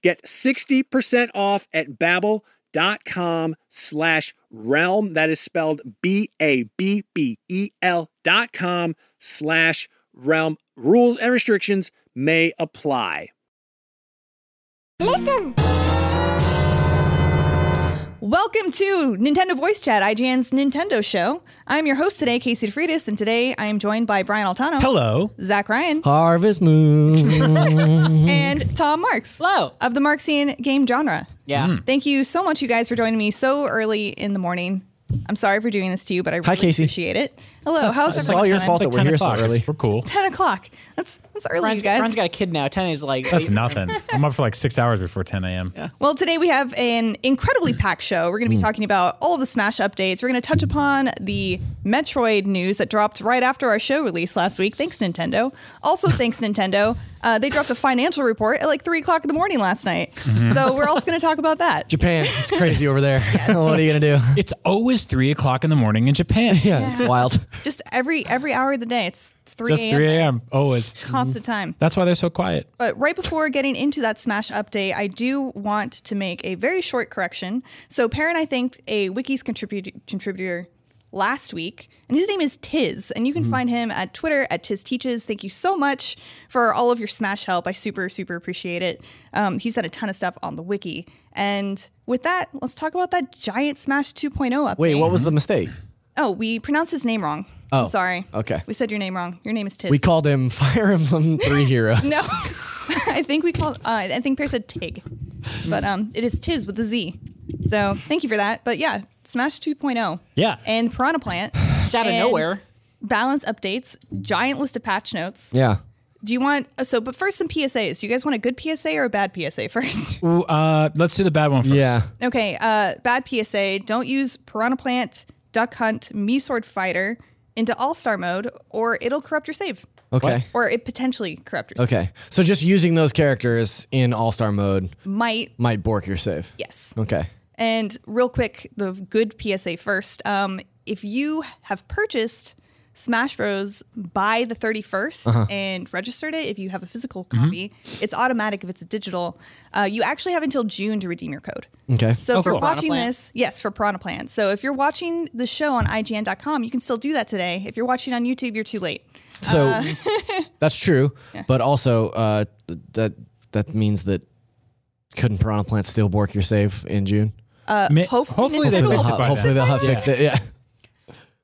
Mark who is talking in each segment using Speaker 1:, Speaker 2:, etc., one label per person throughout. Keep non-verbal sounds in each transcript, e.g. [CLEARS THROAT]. Speaker 1: Get 60% off at babbel.com slash realm. That is spelled B-A-B-B-E-L E dot com slash realm. Rules and restrictions may apply.
Speaker 2: Listen.
Speaker 3: Welcome to Nintendo Voice Chat, IGN's Nintendo show. I'm your host today, Casey DeFritis, and today I am joined by Brian Altano.
Speaker 4: [LAUGHS]
Speaker 5: Hello.
Speaker 3: Zach Ryan.
Speaker 5: Harvest Moon.
Speaker 3: And Tom Marks.
Speaker 6: Hello.
Speaker 3: Of the Marxian game genre.
Speaker 6: Oh,
Speaker 5: Mm.
Speaker 6: Yeah.
Speaker 3: Thank you so much, you guys, for joining me so early in the morning. I'm sorry for doing this to you, but I really
Speaker 5: Casey.
Speaker 3: appreciate it. Hello. How's
Speaker 5: It's
Speaker 3: everyone?
Speaker 5: all your
Speaker 3: time?
Speaker 5: fault
Speaker 3: It's
Speaker 5: that we're
Speaker 6: 10
Speaker 5: here so
Speaker 6: o'clock.
Speaker 5: early.
Speaker 6: We're cool.
Speaker 3: 10 o'clock. That's that's early,
Speaker 6: Brian's
Speaker 3: you guys.
Speaker 6: Brian's got a kid now. Ten is like
Speaker 4: That's
Speaker 6: eight.
Speaker 4: nothing. I'm up for like six hours before 10 a.m.
Speaker 3: Well, today we have an incredibly packed show. We're going to be talking about all the Smash updates. We're going to touch upon the Metroid news that dropped right after our show release last week. Thanks, Nintendo. Also, thanks, Nintendo. Uh, they dropped a financial report at like 3 o'clock in the morning last night. So we're also going to talk about that.
Speaker 5: Japan, it's crazy over
Speaker 6: [LAUGHS]
Speaker 5: there. what are you going to do?
Speaker 4: It's always three o'clock in the morning in Japan.
Speaker 5: Yeah, it's wild.
Speaker 3: Just every every hour of the day. It's, it's 3
Speaker 4: Just 3
Speaker 3: a.m.
Speaker 4: a.m. Always.
Speaker 3: Constant time.
Speaker 4: That's why they're so quiet.
Speaker 3: But right before getting into that Smash update, I do want to make a very short correction. So, Perrin, I think, a Wiki's contribu- contributor last week, and his name is Tiz, and you
Speaker 5: Mm-hmm.
Speaker 3: can find him at Twitter at Tiz Teaches. Thank you so much for all of your Smash help. I super, super appreciate it. Um, he's done a ton of stuff on the Wiki. And with that, let's talk about that giant Smash 2.0 update.
Speaker 5: Wait, what was the mistake?
Speaker 3: Oh, we pronounced his name wrong.
Speaker 5: Oh,
Speaker 3: I'm sorry.
Speaker 5: okay.
Speaker 3: We said your name wrong. Your name is Tiz.
Speaker 5: We called him Fire Emblem Three Heroes.
Speaker 3: No, [LAUGHS] I think we called. Uh, I think Pear said Tig, but um, it is Tiz with a Z. So thank you for that. But yeah, Smash 2.0
Speaker 4: Yeah.
Speaker 3: and Piranha Plant.
Speaker 2: Just out of
Speaker 3: and
Speaker 2: nowhere.
Speaker 3: Balance updates, giant list of patch notes.
Speaker 5: Yeah.
Speaker 3: Do you want uh, so? But first, some PSAs. Do you guys want a good PSA or a [LAUGHS] bad PSA first?
Speaker 4: Ooh, uh, let's do the bad one first.
Speaker 5: Yeah.
Speaker 3: okay, uh, bad PSA. Don't use Piranha Plant, Duck Hunt, Me Sword Fighter into All Star mode, or it'll corrupt your save,
Speaker 5: Okay.
Speaker 3: or it potentially corrupt your
Speaker 5: Okay. So just using those characters in all star mode
Speaker 3: save. Might
Speaker 5: might bork your save.
Speaker 3: yes.
Speaker 5: Okay.
Speaker 3: And real quick, the good PSA first. Um, if you have purchased Smash Bros. by the 31st and registered it, if you have a physical copy, it's automatic. If it's digital, uh, you actually have until June to redeem your code.
Speaker 5: Okay.
Speaker 3: So if you're
Speaker 2: cool. Piranha
Speaker 3: watching
Speaker 2: Plant.
Speaker 3: this, yes, for Piranha Plant. So if you're watching the show on IGN.com, you can still do that today. If you're watching on YouTube, you're too late.
Speaker 5: So
Speaker 6: uh,
Speaker 5: [LAUGHS] that's true, but also uh, th- that that means that couldn't Piranha Plant still bork your save in June?
Speaker 4: Mi-
Speaker 3: hopefully-
Speaker 4: hopefully they
Speaker 3: Hopefully
Speaker 4: fix
Speaker 5: Ho-
Speaker 4: it by
Speaker 5: hopefully
Speaker 4: then.
Speaker 5: they'll have fixed it. Yeah. [LAUGHS]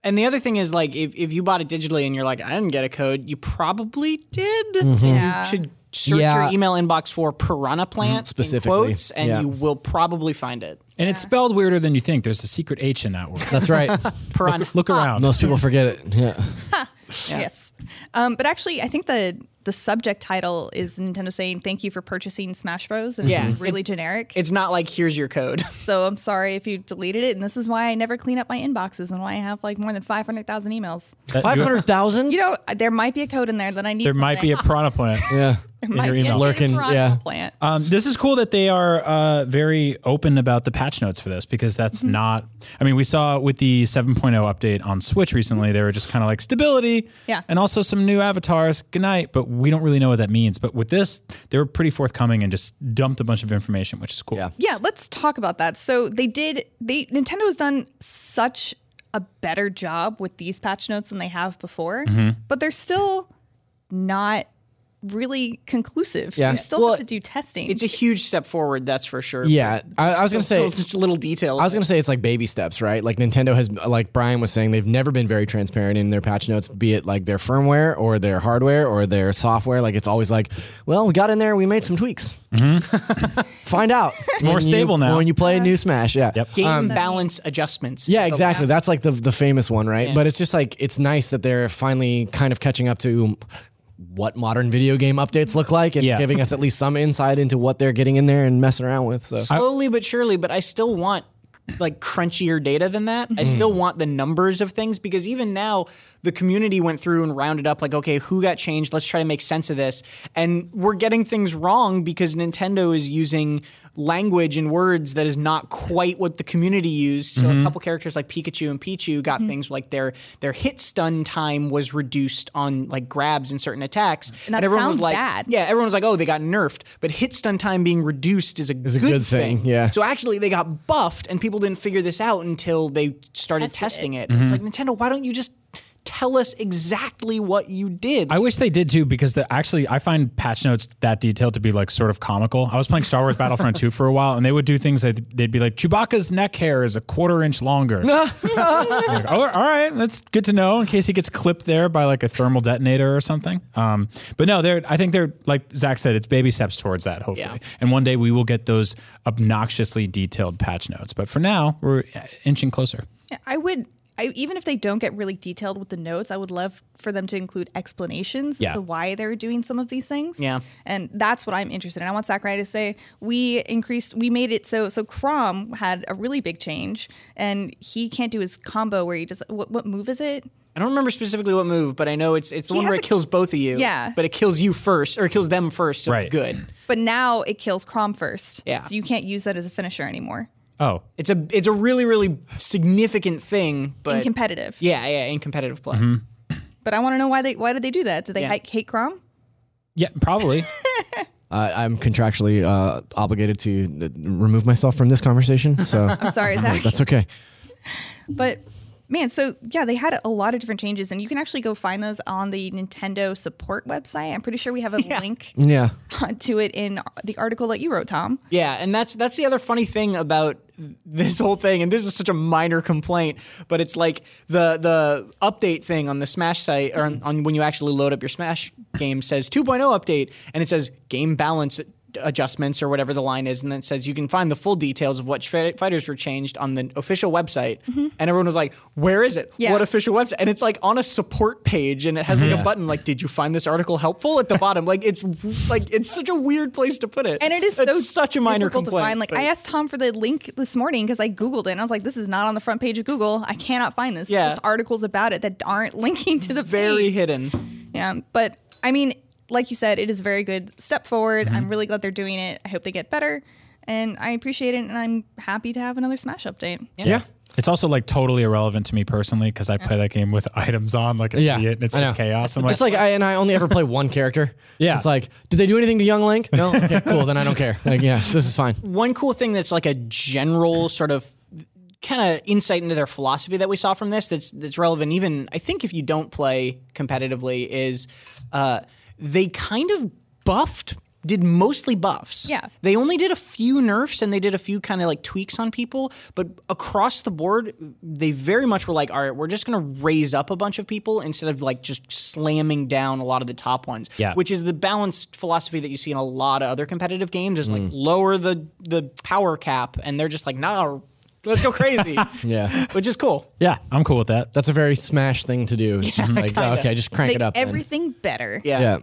Speaker 2: And the other thing is, like, if, if you bought it digitally and you're like, I didn't get a code, you probably did. And
Speaker 3: Yeah.
Speaker 2: You should search
Speaker 5: Mm-hmm. Yeah. Mm-hmm.
Speaker 2: your email inbox for piranha plant
Speaker 5: specifically.
Speaker 2: in quotes, and
Speaker 5: Yeah.
Speaker 2: you will probably find it.
Speaker 4: And it's spelled weirder than you think. There's a secret H in that word.
Speaker 5: That's right. [LAUGHS]
Speaker 2: Piranha.
Speaker 4: Look around. [LAUGHS]
Speaker 5: Most people forget it.
Speaker 4: Uh,
Speaker 5: Yeah.
Speaker 3: Yes. Um, but actually, I think the the subject title is Nintendo saying thank you for purchasing Smash Bros. And
Speaker 2: Yeah.
Speaker 3: it's really generic.
Speaker 2: It's not like here's your code. [LAUGHS]
Speaker 3: So I'm sorry if you deleted it. And this is why I never clean up my inboxes and why I have like more than 500,000 emails.
Speaker 4: That-
Speaker 5: Five
Speaker 4: you-
Speaker 5: hundred thousand.
Speaker 3: You know, there might be a code in there that I need.
Speaker 4: there might be a piranha plant.
Speaker 5: Yeah.
Speaker 4: in your email.
Speaker 5: Lurking, yeah.
Speaker 3: Plant.
Speaker 4: Um, this is cool that they are uh, very open about the patch notes for this because that's not. I mean, we saw with the 7.0 update on Switch recently, they were just kind of like stability
Speaker 3: Yeah.
Speaker 4: and also some new avatars. Good night. But we don't really know what that means. But with this, they were pretty forthcoming and just dumped a bunch of information, which is cool.
Speaker 5: Yeah.
Speaker 3: Yeah, let's talk about that. So they did. They Nintendo has done such a better job with these patch notes than they have before,
Speaker 4: Mm-hmm.
Speaker 3: but they're still not really conclusive.
Speaker 5: Yeah.
Speaker 3: You still
Speaker 2: Well,
Speaker 3: have to do testing.
Speaker 2: it's a huge step forward, that's for sure.
Speaker 5: Yeah. I, I was gonna
Speaker 2: So
Speaker 5: say.
Speaker 2: it's just a little detail.
Speaker 5: I was gonna say it's like baby steps, right? Like Nintendo has, like Brian was saying, they've never been very transparent in their patch notes, be it like their firmware or their hardware or their software. Like it's always like, well, we got in there, we made some tweaks. [LAUGHS] Find out. It's
Speaker 4: Mm-hmm. more stable now.
Speaker 5: When you play a new Smash, yeah. Yep.
Speaker 2: game balance adjustments.
Speaker 5: Yeah, exactly. That's like the the famous one, right? But it's just like it's nice that they're finally kind of catching up to what modern video game updates look like and
Speaker 4: Yeah.
Speaker 5: giving us at least some insight into what they're getting in there and messing around with. So
Speaker 2: slowly but surely, but I still want like crunchier data than that. I still want the numbers of things because even now the community went through and rounded up like okay, who got changed? Let's try to make sense of this. And we're getting things wrong because Nintendo is using language and words that is not quite what the community used. So a couple characters like Pikachu and Pichu got things like their their hit stun time was reduced on like grabs and certain attacks. And,
Speaker 3: that
Speaker 2: everyone was
Speaker 3: sounds
Speaker 2: like
Speaker 3: bad.
Speaker 2: yeah, everyone was like, "Oh, they got nerfed," but hit stun time being reduced is a,
Speaker 5: a good thing, yeah.
Speaker 2: So actually, they got buffed, and people didn't figure this out until they started testing it.
Speaker 5: Mm-hmm.
Speaker 2: It's like Nintendo, why don't you just tell us exactly what you did?
Speaker 4: I wish they did too because the, actually I find patch notes that detailed to be like sort of comical. I was playing Star Wars Battlefront 2 for a while and they would do things that they'd be like Chewbacca's neck hair is a quarter inch longer. Like, "Oh, all right, that's good to know in case he gets clipped there by like a thermal detonator or something. Um, but no, they're I think they're like Zach said, it's baby steps towards that hopefully. And one day we will get those obnoxiously detailed patch notes. But for now, we're inching closer.
Speaker 3: I would, I, even if they don't get really detailed with the notes, I would love for them to include explanations
Speaker 4: Yeah.
Speaker 3: as to why they're doing some of these things.
Speaker 2: Yeah.
Speaker 3: and that's what I'm interested in. I want Sakurai to say we increased, we made it so so Crom had a really big change, and he can't do his combo where he does what, what move is it?
Speaker 2: I don't remember specifically what move, but I know it's it's the
Speaker 3: He
Speaker 2: one where
Speaker 3: has
Speaker 2: it
Speaker 3: a-
Speaker 2: kills both of you.
Speaker 3: Yeah.
Speaker 2: but it kills you first, or it kills them first. So
Speaker 4: Right.
Speaker 2: it's good.
Speaker 3: But now it kills Crom first.
Speaker 2: Yeah.
Speaker 3: so you can't use that as a finisher anymore
Speaker 4: Oh,
Speaker 2: It's a it's a really really significant thing,
Speaker 3: in
Speaker 2: but
Speaker 3: competitive.
Speaker 2: yeah, yeah, in competitive
Speaker 5: Mm-hmm.
Speaker 2: play.
Speaker 3: But I want to know why they why did they do that? Do they
Speaker 2: Yeah.
Speaker 3: hate hate Crom?
Speaker 4: yeah, probably.
Speaker 5: uh, I'm contractually uh, obligated to uh, remove myself from this conversation. [LAUGHS] So
Speaker 2: [LAUGHS]
Speaker 3: Sorry, Zach.
Speaker 5: that's okay.
Speaker 3: But man, so yeah, they had a lot of different changes, and you can actually go find those on the Nintendo support website. I'm pretty sure we have
Speaker 2: [LAUGHS]
Speaker 3: a link uh,
Speaker 5: Yeah.
Speaker 3: to it in the article that you wrote, Tom.
Speaker 2: Yeah, and that's that's the other funny thing about this whole thing, and this is such a minor complaint, but it's like the the update thing on the Smash site oh or on, on when you actually load up your Smash game says 2.0 update, and it says game balance adjustments or whatever the line is, and then it says you can find the full details of what fi- fighters were changed on the official website. And everyone was like, "Where is it?
Speaker 3: Yeah.
Speaker 2: What official website?" And it's like on a support page, and it has like a button like, "Did you find this article helpful?" at the bottom. Like it's like it's such a weird place to put it,
Speaker 3: And it is
Speaker 2: It's
Speaker 3: so
Speaker 2: such a minor
Speaker 3: difficult
Speaker 2: complaint.
Speaker 3: to find. Like
Speaker 2: but-
Speaker 3: I asked Tom for the link this morning because I googled it and I was like, "This is not on the front page of Google. I cannot find this. It's
Speaker 2: Yeah.
Speaker 3: just articles about it that aren't [LAUGHS] linking to the
Speaker 2: very
Speaker 3: page.
Speaker 2: hidden.
Speaker 3: Yeah, but I mean, like you said, it is a very good step forward.
Speaker 2: Mm-hmm.
Speaker 3: I'm really glad they're doing it. I hope they get better, and I appreciate it. And I'm happy to have another Smash update.
Speaker 4: Yeah. It's also like totally irrelevant to me personally because I play that game with [LAUGHS] items on like an
Speaker 5: Yeah,
Speaker 4: idiot and it's
Speaker 5: I
Speaker 4: just
Speaker 5: know.
Speaker 4: chaos. I'm
Speaker 5: It's like I and I only ever play one character.
Speaker 4: Yeah.
Speaker 5: It's like, did they do anything to Young Link? No. Okay, cool. Then I don't care. Like, yeah, this is fine.
Speaker 2: One cool thing that's like a general sort of kind of insight into their philosophy that we saw from this that's that's relevant even I think if you don't play competitively is uh, they kind of buffed did mostly buffs.
Speaker 3: Yeah.
Speaker 2: They only did a few nerfs and they did a few kind of like tweaks on people, but across the board, they very much were like, all right, we're just going to raise up a bunch of people instead of like just slamming down a lot of the top ones.
Speaker 4: Yeah.
Speaker 2: Which is the balanced philosophy that you see in a lot of other competitive games is like
Speaker 4: Mm.
Speaker 2: lower the the power cap and they're just like, nah, let's
Speaker 4: [LAUGHS]
Speaker 2: go crazy.
Speaker 5: Yeah.
Speaker 2: Which is cool.
Speaker 4: yeah, I'm cool with that.
Speaker 5: That's a very smash thing to do. It's just like, okay, just crank
Speaker 3: Make
Speaker 5: it up. then.
Speaker 3: everything better.
Speaker 2: Yeah.
Speaker 5: Yeah.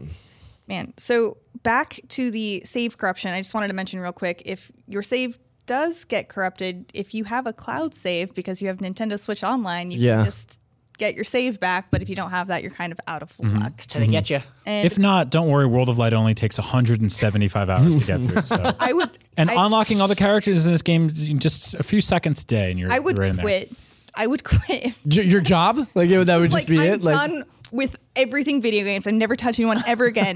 Speaker 3: Man, so back to the save corruption. I just wanted to mention real quick if your save does get corrupted, if you have a cloud save because you have Nintendo Switch Online, you
Speaker 5: Yeah.
Speaker 3: can just get your save back. But if you don't have that, you're kind of out of luck.
Speaker 5: Mm-hmm.
Speaker 2: So they get you.
Speaker 4: Mm-hmm.
Speaker 3: And
Speaker 4: If not, don't worry. World of Light only takes 175 hours to get through. So.
Speaker 3: I would,
Speaker 4: And
Speaker 3: I,
Speaker 4: unlocking all the characters in this game is in just a few seconds a day, and you're
Speaker 3: I would
Speaker 4: [LAUGHS] right in there.
Speaker 3: quit. I would quit [LAUGHS] if
Speaker 5: J- your job? Like it, that would
Speaker 3: like
Speaker 5: just be
Speaker 3: I'm
Speaker 5: it. Like
Speaker 3: done with everything video games. I'm never touching one ever
Speaker 5: [LAUGHS]
Speaker 3: again.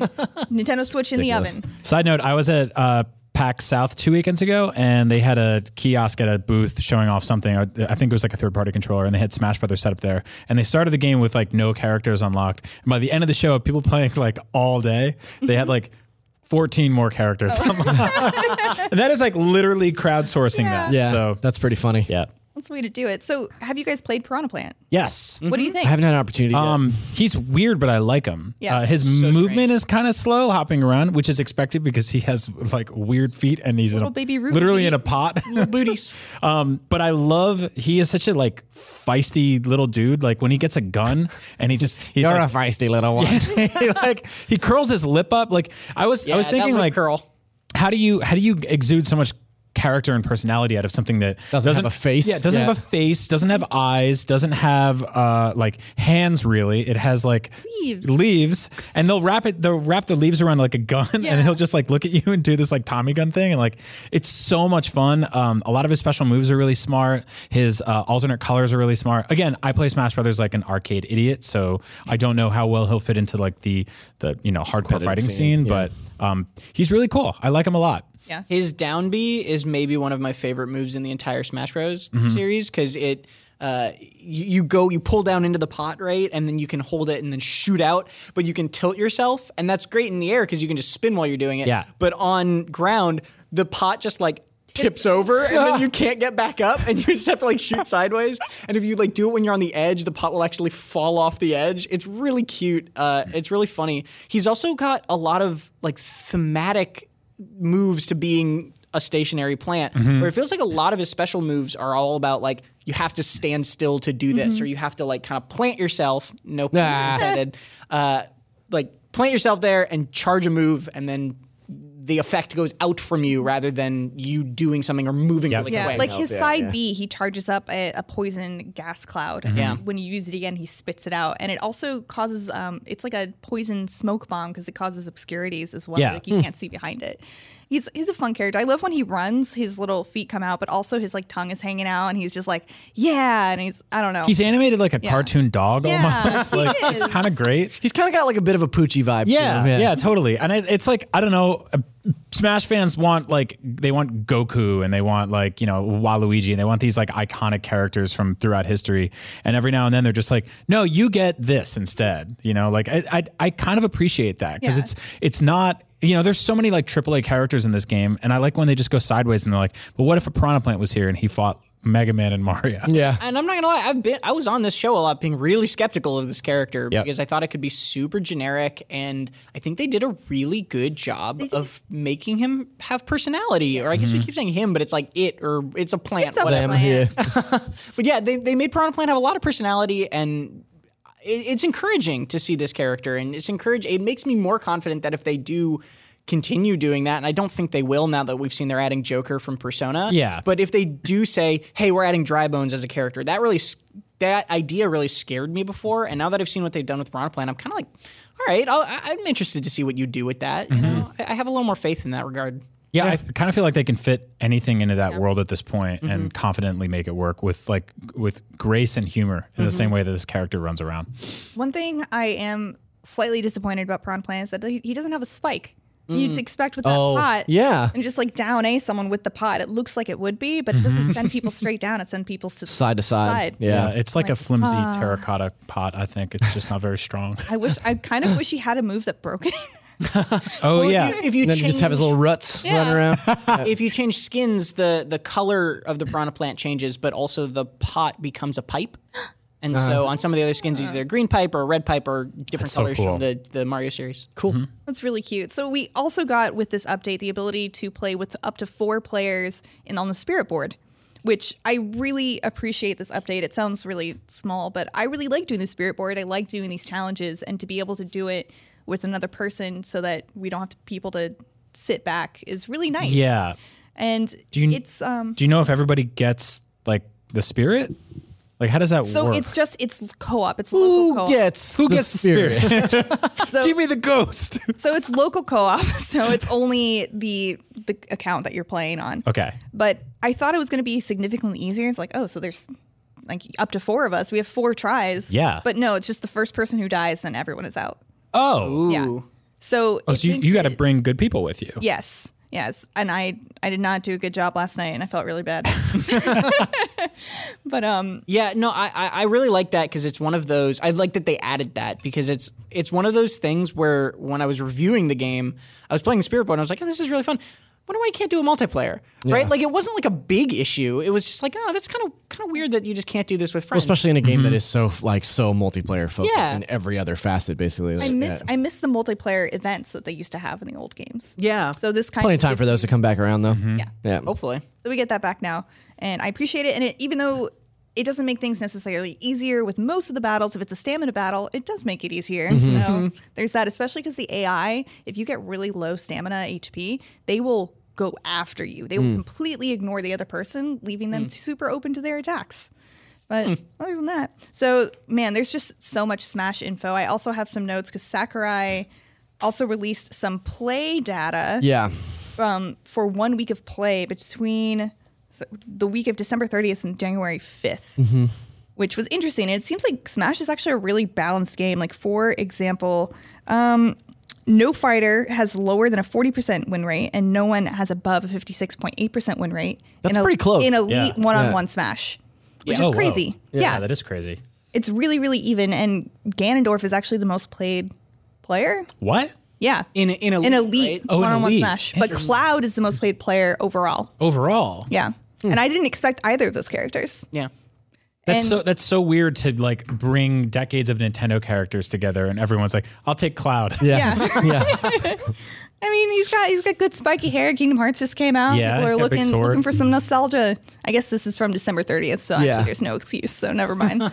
Speaker 3: Nintendo Switch in the oven.
Speaker 4: Side note: I was at uh, PAX South two weekends ago, and they had a kiosk at a booth showing off something. I I think it was like a third-party controller, and they had Smash Brothers set up there. And they started the game with like no characters unlocked. And by the end of the show, people [LAUGHS] playing like all day, they had like. 14 more characters. unlocked. [LAUGHS] and that is like literally crowdsourcing that.
Speaker 5: yeah.
Speaker 4: So,
Speaker 5: that's pretty funny.
Speaker 4: yeah.
Speaker 3: That's the way to do it. So, have you guys played Piranha Plant?
Speaker 4: Yes.
Speaker 3: What do you think?
Speaker 5: Mm-hmm. I haven't had an opportunity
Speaker 4: Um, he's weird, but I like him.
Speaker 3: Yeah.
Speaker 4: uh, his movement is kind of slow, hopping around, which is expected because he has like weird feet and he's in a,
Speaker 3: Little baby Ruby
Speaker 4: literally
Speaker 3: feet.
Speaker 4: in a
Speaker 2: [LAUGHS]
Speaker 4: pot.
Speaker 2: Booties.
Speaker 4: [LAUGHS] um, but I love he is such a like feisty little dude. Like when he gets a gun and he just he's
Speaker 5: yet. You're
Speaker 4: like,
Speaker 5: a feisty little one.
Speaker 4: [LAUGHS] he, like he curls his lip up. Like I was I was
Speaker 2: Yeah, that
Speaker 4: thinking
Speaker 2: lip
Speaker 4: like
Speaker 2: curl.
Speaker 4: How do you how do you exude so much character and personality out of something that
Speaker 5: Doesn't have a face.
Speaker 4: Yeah, it doesn't
Speaker 5: Yeah.
Speaker 4: have a face, doesn't have eyes, doesn't have uh like hands really. It has like
Speaker 3: Leaves.
Speaker 4: leaves, and they'll wrap it they'll wrap the leaves around like a gun and
Speaker 3: Yeah.
Speaker 4: he'll just like look at [LAUGHS] you and do this like Tommy gun thing and like it's so much fun. Um a lot of his special moves are really smart. His uh, alternate colors are really smart. Again, I play Smash Brothers like an arcade idiot, so I don't know how well he'll fit into like the the you know hardcore fighting scene,
Speaker 5: scene,
Speaker 4: but um he's really cool. I like him a lot.
Speaker 3: yeah.
Speaker 2: His down B is maybe one of my favorite moves in the entire Smash Bros. series because it. Uh, you, you go, you pull down into the pot, right, and then you can hold it and then shoot out. But you can tilt yourself, and that's great in the air because you can just spin while you're doing it.
Speaker 4: Yeah.
Speaker 2: But on ground, the pot just like tips over, and then you can't get back up, and you just have to like shoot sideways. And if you like do it when you're on the edge, the pot will actually fall off the edge. It's really cute. Uh, it's really funny. He's also got a lot of like thematic moves to being a stationary plant where it feels like a lot of his special moves are all about like you have to stand still to do this or you have to like kind of plant yourself no pun
Speaker 5: Ah.
Speaker 2: [LAUGHS] intended uh, like plant yourself there and charge a move and then the effect goes out from you rather than you doing something or moving really
Speaker 3: Yeah,
Speaker 2: quick.
Speaker 3: like his side B, he charges up a, a poison gas cloud. And When you use it again, he spits it out, and it also causes um, it's like a poison smoke bomb because it causes obscurities as well.
Speaker 4: Yeah.
Speaker 3: Like you can't see behind it. He's he's a fun character. I love when he runs; his little feet come out, but also his like tongue is hanging out, and he's just like yeah, and he's I don't know.
Speaker 4: He's animated like a cartoon dog
Speaker 3: Yeah,
Speaker 4: almost. [LAUGHS]
Speaker 3: he
Speaker 4: like
Speaker 3: is.
Speaker 4: it's kind of great.
Speaker 5: [LAUGHS] He's kind of got like a bit of a poochie vibe. to
Speaker 4: Yeah,
Speaker 5: him,
Speaker 4: yeah, totally. And it, it's like I don't know, uh, Smash fans want like they want Goku and they want like you know Waluigi and they want these like iconic characters from throughout history. And every now and then they're just like, no, you get this instead. You know, like I I, I kind of appreciate that because
Speaker 3: Yeah.
Speaker 4: it's it's not. You know, there's so many like AAA characters in this game, and I like when they just go sideways and they're like, "But what if a Piranha Plant was here and he fought Mega Man and Mario.
Speaker 5: Yeah.
Speaker 2: And I'm not gonna lie, I've been I was on this show a lot, being really skeptical of this character
Speaker 4: Yep.
Speaker 2: because I thought it could be super generic, and I think they did a really good job of making him have personality. Or I guess we keep saying him, but it's like it or it's a plant,
Speaker 3: a
Speaker 2: whatever.
Speaker 5: Damn,
Speaker 3: plan.
Speaker 5: yeah.
Speaker 2: But yeah, they they made Piranha Plant have a lot of personality and. it- It's encouraging to see this character, and it's encourage. It makes me more confident that if they do continue doing that, and I don't think they will now that we've seen they're adding Joker from Persona.
Speaker 4: Yeah.
Speaker 2: But if they do say, "Hey, we're adding Dry Bones as a character," that really s- that idea really scared me before, and now that I've seen what they've done with Piranha Plant, I'm kind of like, "All right, I'll, I- I'm interested to see what you do with that."
Speaker 5: Mm-hmm.
Speaker 2: You know, I I have a little more faith in that regard.
Speaker 4: Yeah, I kind of feel like they can fit anything into that world at this point and confidently make it work with like with grace and humor in the same way that this character runs around.
Speaker 3: One thing I am slightly disappointed about Prawn Plan is that he he doesn't have a spike. You'd expect with that pot.
Speaker 5: yeah.
Speaker 3: And just like down A someone with the pot. It looks like it would be, but it doesn't send people straight down. It sends people to the
Speaker 5: Side to side.
Speaker 3: Side.
Speaker 5: Yeah.
Speaker 4: Uh, it's like a flimsy terracotta pot. I think it's just not very strong.
Speaker 3: I wish I kind of wish he had a move that broke it.
Speaker 4: Oh
Speaker 2: Well,
Speaker 4: yeah,
Speaker 2: if you, if you
Speaker 5: And then
Speaker 2: change,
Speaker 5: you just have his little ruts running around.
Speaker 2: if you change skins, the the color of the piranha plant changes, but also the pot becomes a pipe. And so on some of the other skins, either a green pipe or a red pipe or
Speaker 4: Uh-huh.
Speaker 2: different
Speaker 4: so
Speaker 2: colors
Speaker 4: cool.
Speaker 2: from the, the Mario series.
Speaker 5: Cool.
Speaker 3: That's really cute. So we also got with this update the ability to play with up to four players and on the spirit board, which I really appreciate this update. It sounds really small, but I really like doing the spirit board. I like doing these challenges and to be able to do it with another person so that we don't have to, people to sit back is really nice.
Speaker 4: [LAUGHS] yeah.
Speaker 3: And
Speaker 4: Do you-
Speaker 3: it's um
Speaker 4: Do you know if everybody gets like the spirit? Like how does that
Speaker 3: so
Speaker 4: work?
Speaker 3: it's just it's co-op. It's
Speaker 5: Who
Speaker 3: local co-op.
Speaker 4: [LAUGHS]
Speaker 5: gets Who
Speaker 4: gets the spirit?
Speaker 5: [LAUGHS]
Speaker 3: So-
Speaker 4: Give me the ghost.
Speaker 3: so it's local co-op. [LAUGHS] So it's only the the account that you're playing on.
Speaker 4: [LAUGHS] okay.
Speaker 3: but I thought it was going to be significantly easier. It's like, oh, so there's like up to four of us. We have four tries.
Speaker 4: Yeah.
Speaker 3: But no, it's just the first person who dies, then everyone is out.
Speaker 4: Oh.
Speaker 3: Yeah. So,
Speaker 4: Oh,
Speaker 3: it
Speaker 4: so you,
Speaker 3: makes
Speaker 4: you got to
Speaker 3: it-
Speaker 4: bring good people with you.
Speaker 3: Yes. Yes. And I I did not do a good job last night and I felt really bad. [LAUGHS] but um
Speaker 2: Yeah, no, I I I really like that because it's one of those. I like that they added that because it's it's one of those things where when I was reviewing the game, I was playing the Spirit Board and I was like, oh, this is really fun. Wonder why you can't do a multiplayer, right? Like it wasn't like a big issue. It was just like, oh, that's kind of kind of weird that you just can't do this with friends.
Speaker 5: Especially in a game that is so like so multiplayer focused
Speaker 2: Yeah.
Speaker 5: in every other facet, basically.
Speaker 3: I
Speaker 5: Like,
Speaker 3: miss
Speaker 5: yeah.
Speaker 3: I miss the multiplayer events that they used to have in the old games.
Speaker 2: yeah.
Speaker 3: So this kind
Speaker 5: Plenty of
Speaker 3: of
Speaker 5: time for
Speaker 3: gives
Speaker 5: those to come back around, though.
Speaker 3: Yeah.
Speaker 5: Yeah.
Speaker 2: hopefully.
Speaker 3: So we get that back now, and I appreciate it. And it, even though it doesn't make things necessarily easier with most of the battles, if it's a stamina battle, it does make it easier. So there's that, especially because the AI, if you get really low stamina HP, they will go after you. They will completely ignore the other person, leaving them super open to their attacks. But other than that, so man, there's just so much Smash info. I also have some notes because Sakurai also released some play data
Speaker 5: Yeah.
Speaker 3: for one week of play between so the week of December 30th and January 5th,
Speaker 4: Mm-hmm.
Speaker 3: which was interesting. And it seems like Smash is actually a really balanced game. Like, for example, um, no fighter has lower than a 40% win rate, and no one has above a 56.8% win rate.
Speaker 5: That's
Speaker 3: in a-
Speaker 5: pretty close.
Speaker 3: In elite
Speaker 4: Yeah.
Speaker 3: one on one Smash, which
Speaker 4: Oh,
Speaker 3: is
Speaker 4: whoa.
Speaker 3: crazy. yeah,
Speaker 4: that is crazy.
Speaker 3: it's really, really even. And Ganondorf is actually the most played player.
Speaker 4: What?
Speaker 3: Yeah.
Speaker 2: In in a
Speaker 3: in elite
Speaker 4: Oh, in
Speaker 3: one on one
Speaker 4: Elite.
Speaker 3: Smash, but Cloud is the most played player overall.
Speaker 4: Overall.
Speaker 3: Yeah.
Speaker 4: Hmm.
Speaker 3: And I didn't expect either of those characters.
Speaker 2: Yeah.
Speaker 4: That's
Speaker 3: And-
Speaker 4: so that's so weird to like bring decades of Nintendo characters together and everyone's like, I'll take Cloud.
Speaker 5: Yeah. Yeah.
Speaker 3: [LAUGHS]
Speaker 5: [LAUGHS]
Speaker 3: I mean, he's got he's got good spiky hair. Kingdom Hearts just came out.
Speaker 4: Yeah,
Speaker 3: People
Speaker 4: he's
Speaker 3: are
Speaker 4: got a big
Speaker 3: looking
Speaker 4: sword. Hmm.
Speaker 3: looking for some nostalgia. I guess this is from December 30th, so actually
Speaker 5: Yeah.
Speaker 3: there's no excuse. So never
Speaker 4: [LAUGHS]
Speaker 3: mind.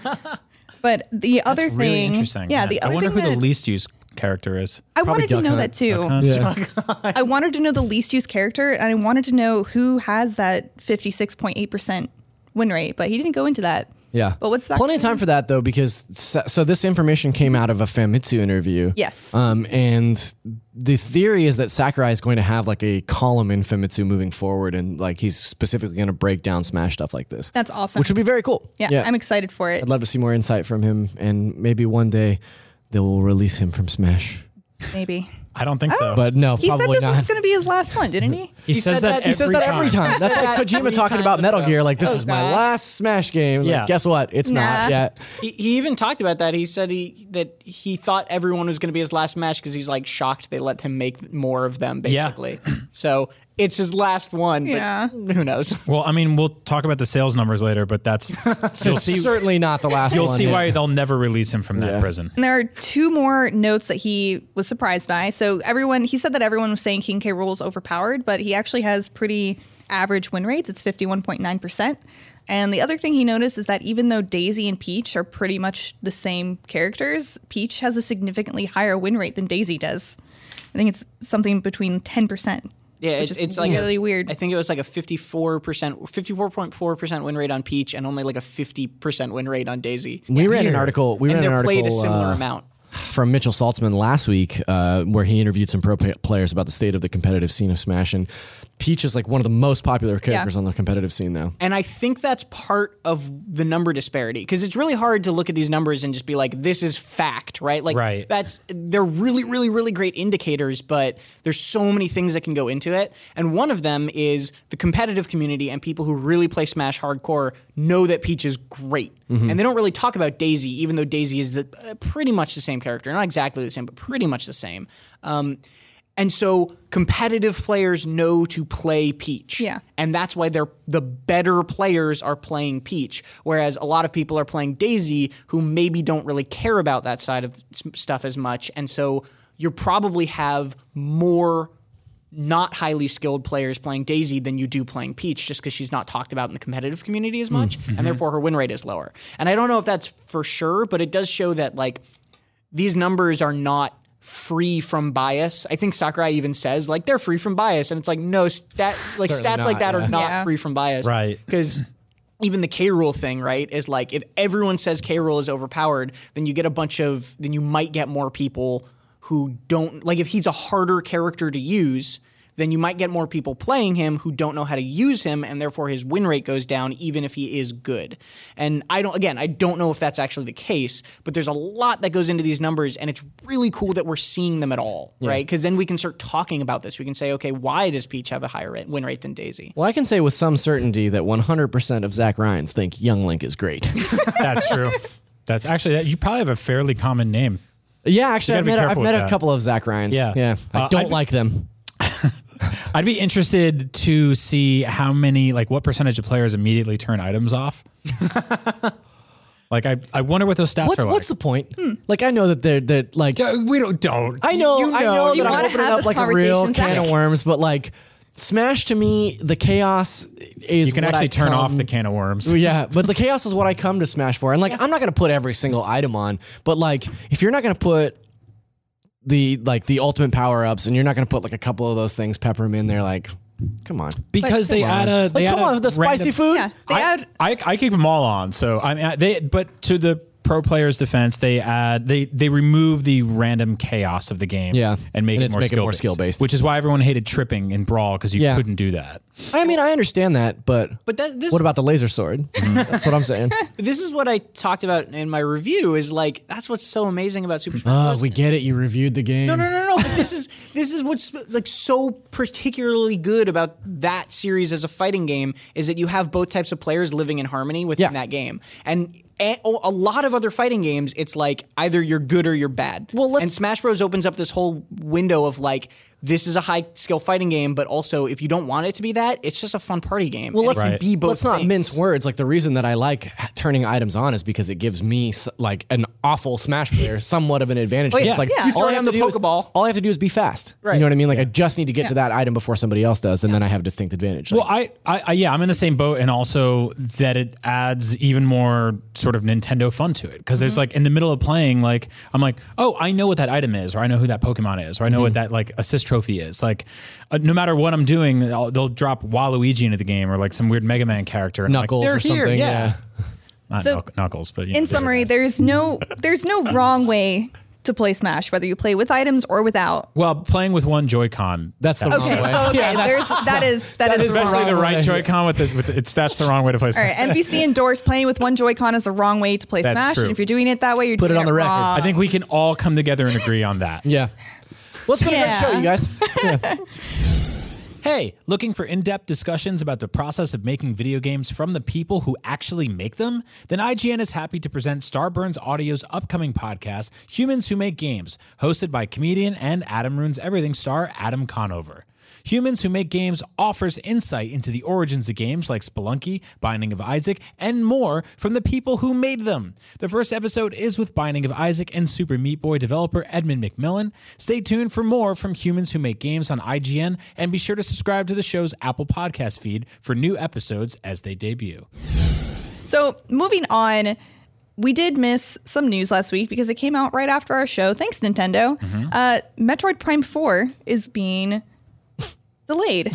Speaker 3: but the other thing,
Speaker 4: Really interesting.
Speaker 3: Yeah, the
Speaker 4: I
Speaker 3: other
Speaker 4: wonder
Speaker 3: thing
Speaker 4: who the
Speaker 3: that-
Speaker 4: least used character is.
Speaker 3: I wanted to
Speaker 5: Duck
Speaker 3: know
Speaker 5: Hunt.
Speaker 3: that too.
Speaker 5: Yeah.
Speaker 3: I wanted to know the least used character, and I wanted to know who has that 56.8% win rate, but he didn't go into that.
Speaker 5: Yeah.
Speaker 3: But what's that?
Speaker 5: Plenty of time for that though, because so, so this information came out of a Famitsu interview.
Speaker 3: Yes.
Speaker 5: Um, and the theory is that Sakurai is going to have like a column in Famitsu moving forward, and like he's specifically going to break down Smash stuff like this,
Speaker 3: That's awesome.
Speaker 5: which would be very cool.
Speaker 3: yeah, I'm excited for it.
Speaker 5: I'd love to see more insight from him, and maybe one day they will release him from Smash.
Speaker 3: Maybe.
Speaker 4: I don't think so.
Speaker 5: But no,
Speaker 3: He said
Speaker 5: probably
Speaker 3: this
Speaker 5: not. [LAUGHS]
Speaker 3: was going to be his last one, didn't he?
Speaker 4: Oh. he, says
Speaker 2: said
Speaker 4: that,
Speaker 2: that-
Speaker 4: every
Speaker 2: he says
Speaker 4: time.
Speaker 5: every time.
Speaker 3: [LAUGHS]
Speaker 5: That's like
Speaker 2: Said that
Speaker 5: Kojima
Speaker 2: three
Speaker 5: talking
Speaker 2: times
Speaker 5: about
Speaker 2: in a
Speaker 5: Metal
Speaker 2: row.
Speaker 5: Gear. Like this is my
Speaker 3: Oh, God.
Speaker 5: last Smash game. Like,
Speaker 4: Yeah.
Speaker 5: Guess what? It's
Speaker 3: Nah.
Speaker 5: not yet.
Speaker 2: He, he even talked about that. He said he that he thought everyone was going to be his last match because he's like shocked they let him make more of them,
Speaker 4: Yeah.
Speaker 2: basically. So it's his last one.
Speaker 3: Yeah.
Speaker 2: But
Speaker 5: [LAUGHS]
Speaker 2: who knows?
Speaker 4: Well, I mean, we'll talk about the sales numbers later, but that's you'll
Speaker 5: It's
Speaker 4: see
Speaker 5: certainly not the last
Speaker 4: you'll
Speaker 5: one.
Speaker 4: see
Speaker 5: yeah.
Speaker 4: why they'll never release him from that prison.
Speaker 3: And there are two more notes that he was surprised by. So everyone, he said that everyone was saying King K. Rool's overpowered, but he actually has pretty average win rates. It's fifty one point nine percent. And the other thing he noticed is that even though Daisy and Peach are pretty much the same characters, Peach has a significantly higher win rate than Daisy does. I think it's something between ten percent.
Speaker 2: Yeah, it's,
Speaker 3: is
Speaker 2: it's like
Speaker 3: really
Speaker 2: a,
Speaker 3: weird.
Speaker 2: I think it was like a fifty-four percent, fifty-four point four percent win rate on Peach, and only like a fifty percent win rate on Daisy.
Speaker 5: We ran an article. We
Speaker 2: and
Speaker 5: ran an
Speaker 2: they're
Speaker 5: article
Speaker 2: played a similar
Speaker 5: uh,
Speaker 2: amount.
Speaker 5: from Mitchell Saltzman last week, uh, where he interviewed some pro pa- players about the state of the competitive scene of Smash. And Peach is like one of the most popular characters on the competitive scene now.
Speaker 2: And I think that's part of the number disparity because it's really hard to look at these numbers and just be like, this is fact, right? Like,
Speaker 4: Right.
Speaker 2: that's they're really, really, really great indicators, but there's so many things that can go into it. And one of them is the competitive community and people who really play Smash hardcore know that Peach is great. And they don't really talk about Daisy, even though Daisy is the, uh, pretty much the same character. Not exactly the same, but pretty much the same. Um, and so competitive players know to play Peach.
Speaker 3: Yeah.
Speaker 2: And that's why they're the better players are playing Peach, whereas a lot of people are playing Daisy who maybe don't really care about that side of s- stuff as much. And so you probably have more not highly skilled players playing Daisy than you do playing Peach just because she's not talked about in the competitive community as much
Speaker 5: Mm-hmm.
Speaker 2: and therefore her win rate is lower. And I don't know if that's for sure, but it does show that like these numbers are not free from bias. I think Sakurai even says like they're free from bias, and it's like no stat like stats
Speaker 5: not,
Speaker 2: like that
Speaker 5: yeah.
Speaker 2: are not
Speaker 3: Yeah.
Speaker 2: free from bias,
Speaker 4: Right.
Speaker 2: Because even the K rule thing, right, is like if everyone says K rule is overpowered, then you get a bunch of then you might get more people who don't like if he's a harder character to use. Then you might get more people playing him who don't know how to use him, and therefore his win rate goes down, even if he is good. And I don't, again, I don't know if that's actually the case, but there's a lot that goes into these numbers, and it's really cool that we're seeing them at all, right? Because then we can start talking about this. We can say, okay, why does Peach have a higher rate, win rate than Daisy?
Speaker 5: Well, I can say with some certainty that 100% of Zach Ryan's think Young Link
Speaker 3: [LAUGHS]
Speaker 5: is great. [LAUGHS]
Speaker 4: That's [LAUGHS] true. That's actually that you probably have a fairly common name.
Speaker 5: yeah, actually,
Speaker 4: You gotta
Speaker 5: I've
Speaker 4: be careful
Speaker 5: met, I've met
Speaker 4: with
Speaker 5: a
Speaker 4: that.
Speaker 5: couple of Zach Ryan's.
Speaker 4: Yeah.
Speaker 5: yeah. I
Speaker 4: Uh,
Speaker 5: don't
Speaker 4: I'd-
Speaker 5: like them.
Speaker 4: I'd be interested to see how many, like, what percentage of players immediately turn items
Speaker 5: [LAUGHS]
Speaker 4: off. like, I, I wonder what those stats
Speaker 5: What,
Speaker 4: are
Speaker 5: what's the
Speaker 4: like.
Speaker 5: point? Like, I know that they're, they're like,
Speaker 4: Yeah, we don't don't.
Speaker 5: I know,
Speaker 4: You
Speaker 5: I know
Speaker 3: Hmm. You
Speaker 5: that I'm
Speaker 3: wanna
Speaker 5: opening
Speaker 3: have
Speaker 5: up
Speaker 3: this
Speaker 5: like a real
Speaker 3: conversation,
Speaker 5: can of
Speaker 3: Zach.
Speaker 5: worms, but like Smash to me, the chaos is
Speaker 4: You can
Speaker 5: what
Speaker 4: actually
Speaker 5: I
Speaker 4: turn off
Speaker 5: come-
Speaker 4: the can of worms.
Speaker 5: yeah, but the chaos is what I come to Smash for. And like, I'm not gonna put every single item on, but like, if you're not gonna put the like the ultimate power ups, and you're not gonna put like a couple of those things, pepper them in there, like, come on,
Speaker 4: [LAUGHS] because they add a they
Speaker 5: like,
Speaker 4: add
Speaker 5: come
Speaker 4: a
Speaker 5: on, the spicy
Speaker 4: random-
Speaker 5: food.
Speaker 3: Yeah, they
Speaker 4: I,
Speaker 3: add
Speaker 4: I I keep them all on. So I mean I- they but to the pro players' defense, they add they they remove the random chaos of the game.
Speaker 5: Yeah.
Speaker 4: and make
Speaker 5: And
Speaker 4: it
Speaker 5: it's
Speaker 4: more
Speaker 5: make it
Speaker 4: skill
Speaker 5: more skill-based.
Speaker 4: which is why everyone hated tripping in brawl because you
Speaker 5: Yeah.
Speaker 4: couldn't do that.
Speaker 5: I mean, I understand that, but
Speaker 2: But that, this
Speaker 5: what about the laser sword?
Speaker 2: Mm.
Speaker 5: That's what I'm saying.
Speaker 2: this is what I talked about in my review. Is like that's what's so amazing about Super Smash.
Speaker 5: Oh, we get it. You reviewed the game.
Speaker 2: No, no, no, no. But this is this is what's like so particularly good about that series as a fighting game is that you have both types of players living in harmony within
Speaker 5: Yeah.
Speaker 2: that game, and. A a lot of other fighting games, it's like either you're good or you're bad. Well,
Speaker 5: let's-
Speaker 2: and Smash Bros. opens up this whole window of like this is a high skill fighting game, but also if you don't want it to be that, it's just a fun party game. Well,
Speaker 5: let's-
Speaker 4: Right.
Speaker 2: be both.
Speaker 5: Let's not
Speaker 2: things.
Speaker 5: mince words. Like the reason that I like h- turning items on is because it gives me s- like an awful Smash player somewhat of an advantage.
Speaker 2: yeah.
Speaker 5: It's like
Speaker 2: Yeah. You throw
Speaker 5: I
Speaker 2: it
Speaker 5: have
Speaker 2: on
Speaker 5: to
Speaker 2: the
Speaker 5: do is-
Speaker 2: Pokeball.
Speaker 5: all I have to do is be fast. You know what I mean? Like I just need to get to that item before somebody else does, and then I have distinct advantage. Like,
Speaker 4: Well, I, I, I, yeah, I'm in the same boat, and also that it adds even more sort of Nintendo fun to it because
Speaker 5: Mm-hmm.
Speaker 4: there's like in the middle of playing, like I'm like, oh, I know what that item is, or I know who that Pokemon is, or I know what
Speaker 5: Mm-hmm.
Speaker 4: that like assist trophy is. Like, uh, no matter what I'm doing, they'll, they'll drop Waluigi into the game or like some weird Mega Man character, and I'm like,
Speaker 5: Knuckles
Speaker 4: "They're
Speaker 5: or something.
Speaker 4: here,"
Speaker 5: yeah.
Speaker 4: Not
Speaker 3: So,
Speaker 4: Knuck- Knuckles, but you know,
Speaker 3: in
Speaker 4: those are
Speaker 3: summary,
Speaker 4: guys.
Speaker 3: there's no there's no wrong way to play Smash, whether you play with items or without.
Speaker 4: well, playing with one Joy-Con,
Speaker 5: That's the wrong
Speaker 3: Okay,
Speaker 5: way.
Speaker 3: so okay, there's
Speaker 4: [LAUGHS]
Speaker 3: that is [LAUGHS] that is
Speaker 4: especially
Speaker 3: wrong.
Speaker 4: the right
Speaker 5: way.
Speaker 4: Joy-Con with the, with the, it's that's the wrong way to play. [LAUGHS]
Speaker 3: All right, NPC endorsed playing with one Joy-Con is the wrong way to play
Speaker 4: That's
Speaker 3: Smash.
Speaker 4: true.
Speaker 3: And if you're doing it that way, you're
Speaker 5: Put it
Speaker 3: doing
Speaker 5: on the record.
Speaker 3: wrong.
Speaker 4: I think we can all come together and agree on
Speaker 3: [LAUGHS]
Speaker 4: that.
Speaker 5: yeah. What's going to
Speaker 3: Yeah.
Speaker 5: show you
Speaker 3: [LAUGHS]
Speaker 5: guys?
Speaker 4: Hey, looking for in depth discussions about the process of making video games from the people who actually make them? Then IGN is happy to present Starburns Audio's upcoming podcast, Humans Who Make Games, hosted by comedian and Adam Ruins Everything star Adam Conover. Humans Who Make Games offers insight into the origins of games like Spelunky, Binding of Isaac, and more from the people who made them. The first episode is with Binding of Isaac and Super Meat Boy developer Edmund McMillan. Stay tuned for more from Humans Who Make Games on IGN, and be sure to subscribe to the show's Apple Podcast feed for new episodes as they debut.
Speaker 3: So moving on, we did miss some news last week because it came out right after our show. Thanks, Nintendo.
Speaker 4: Mm-hmm.
Speaker 3: Uh, Metroid Prime Four is being [LAUGHS] delayed.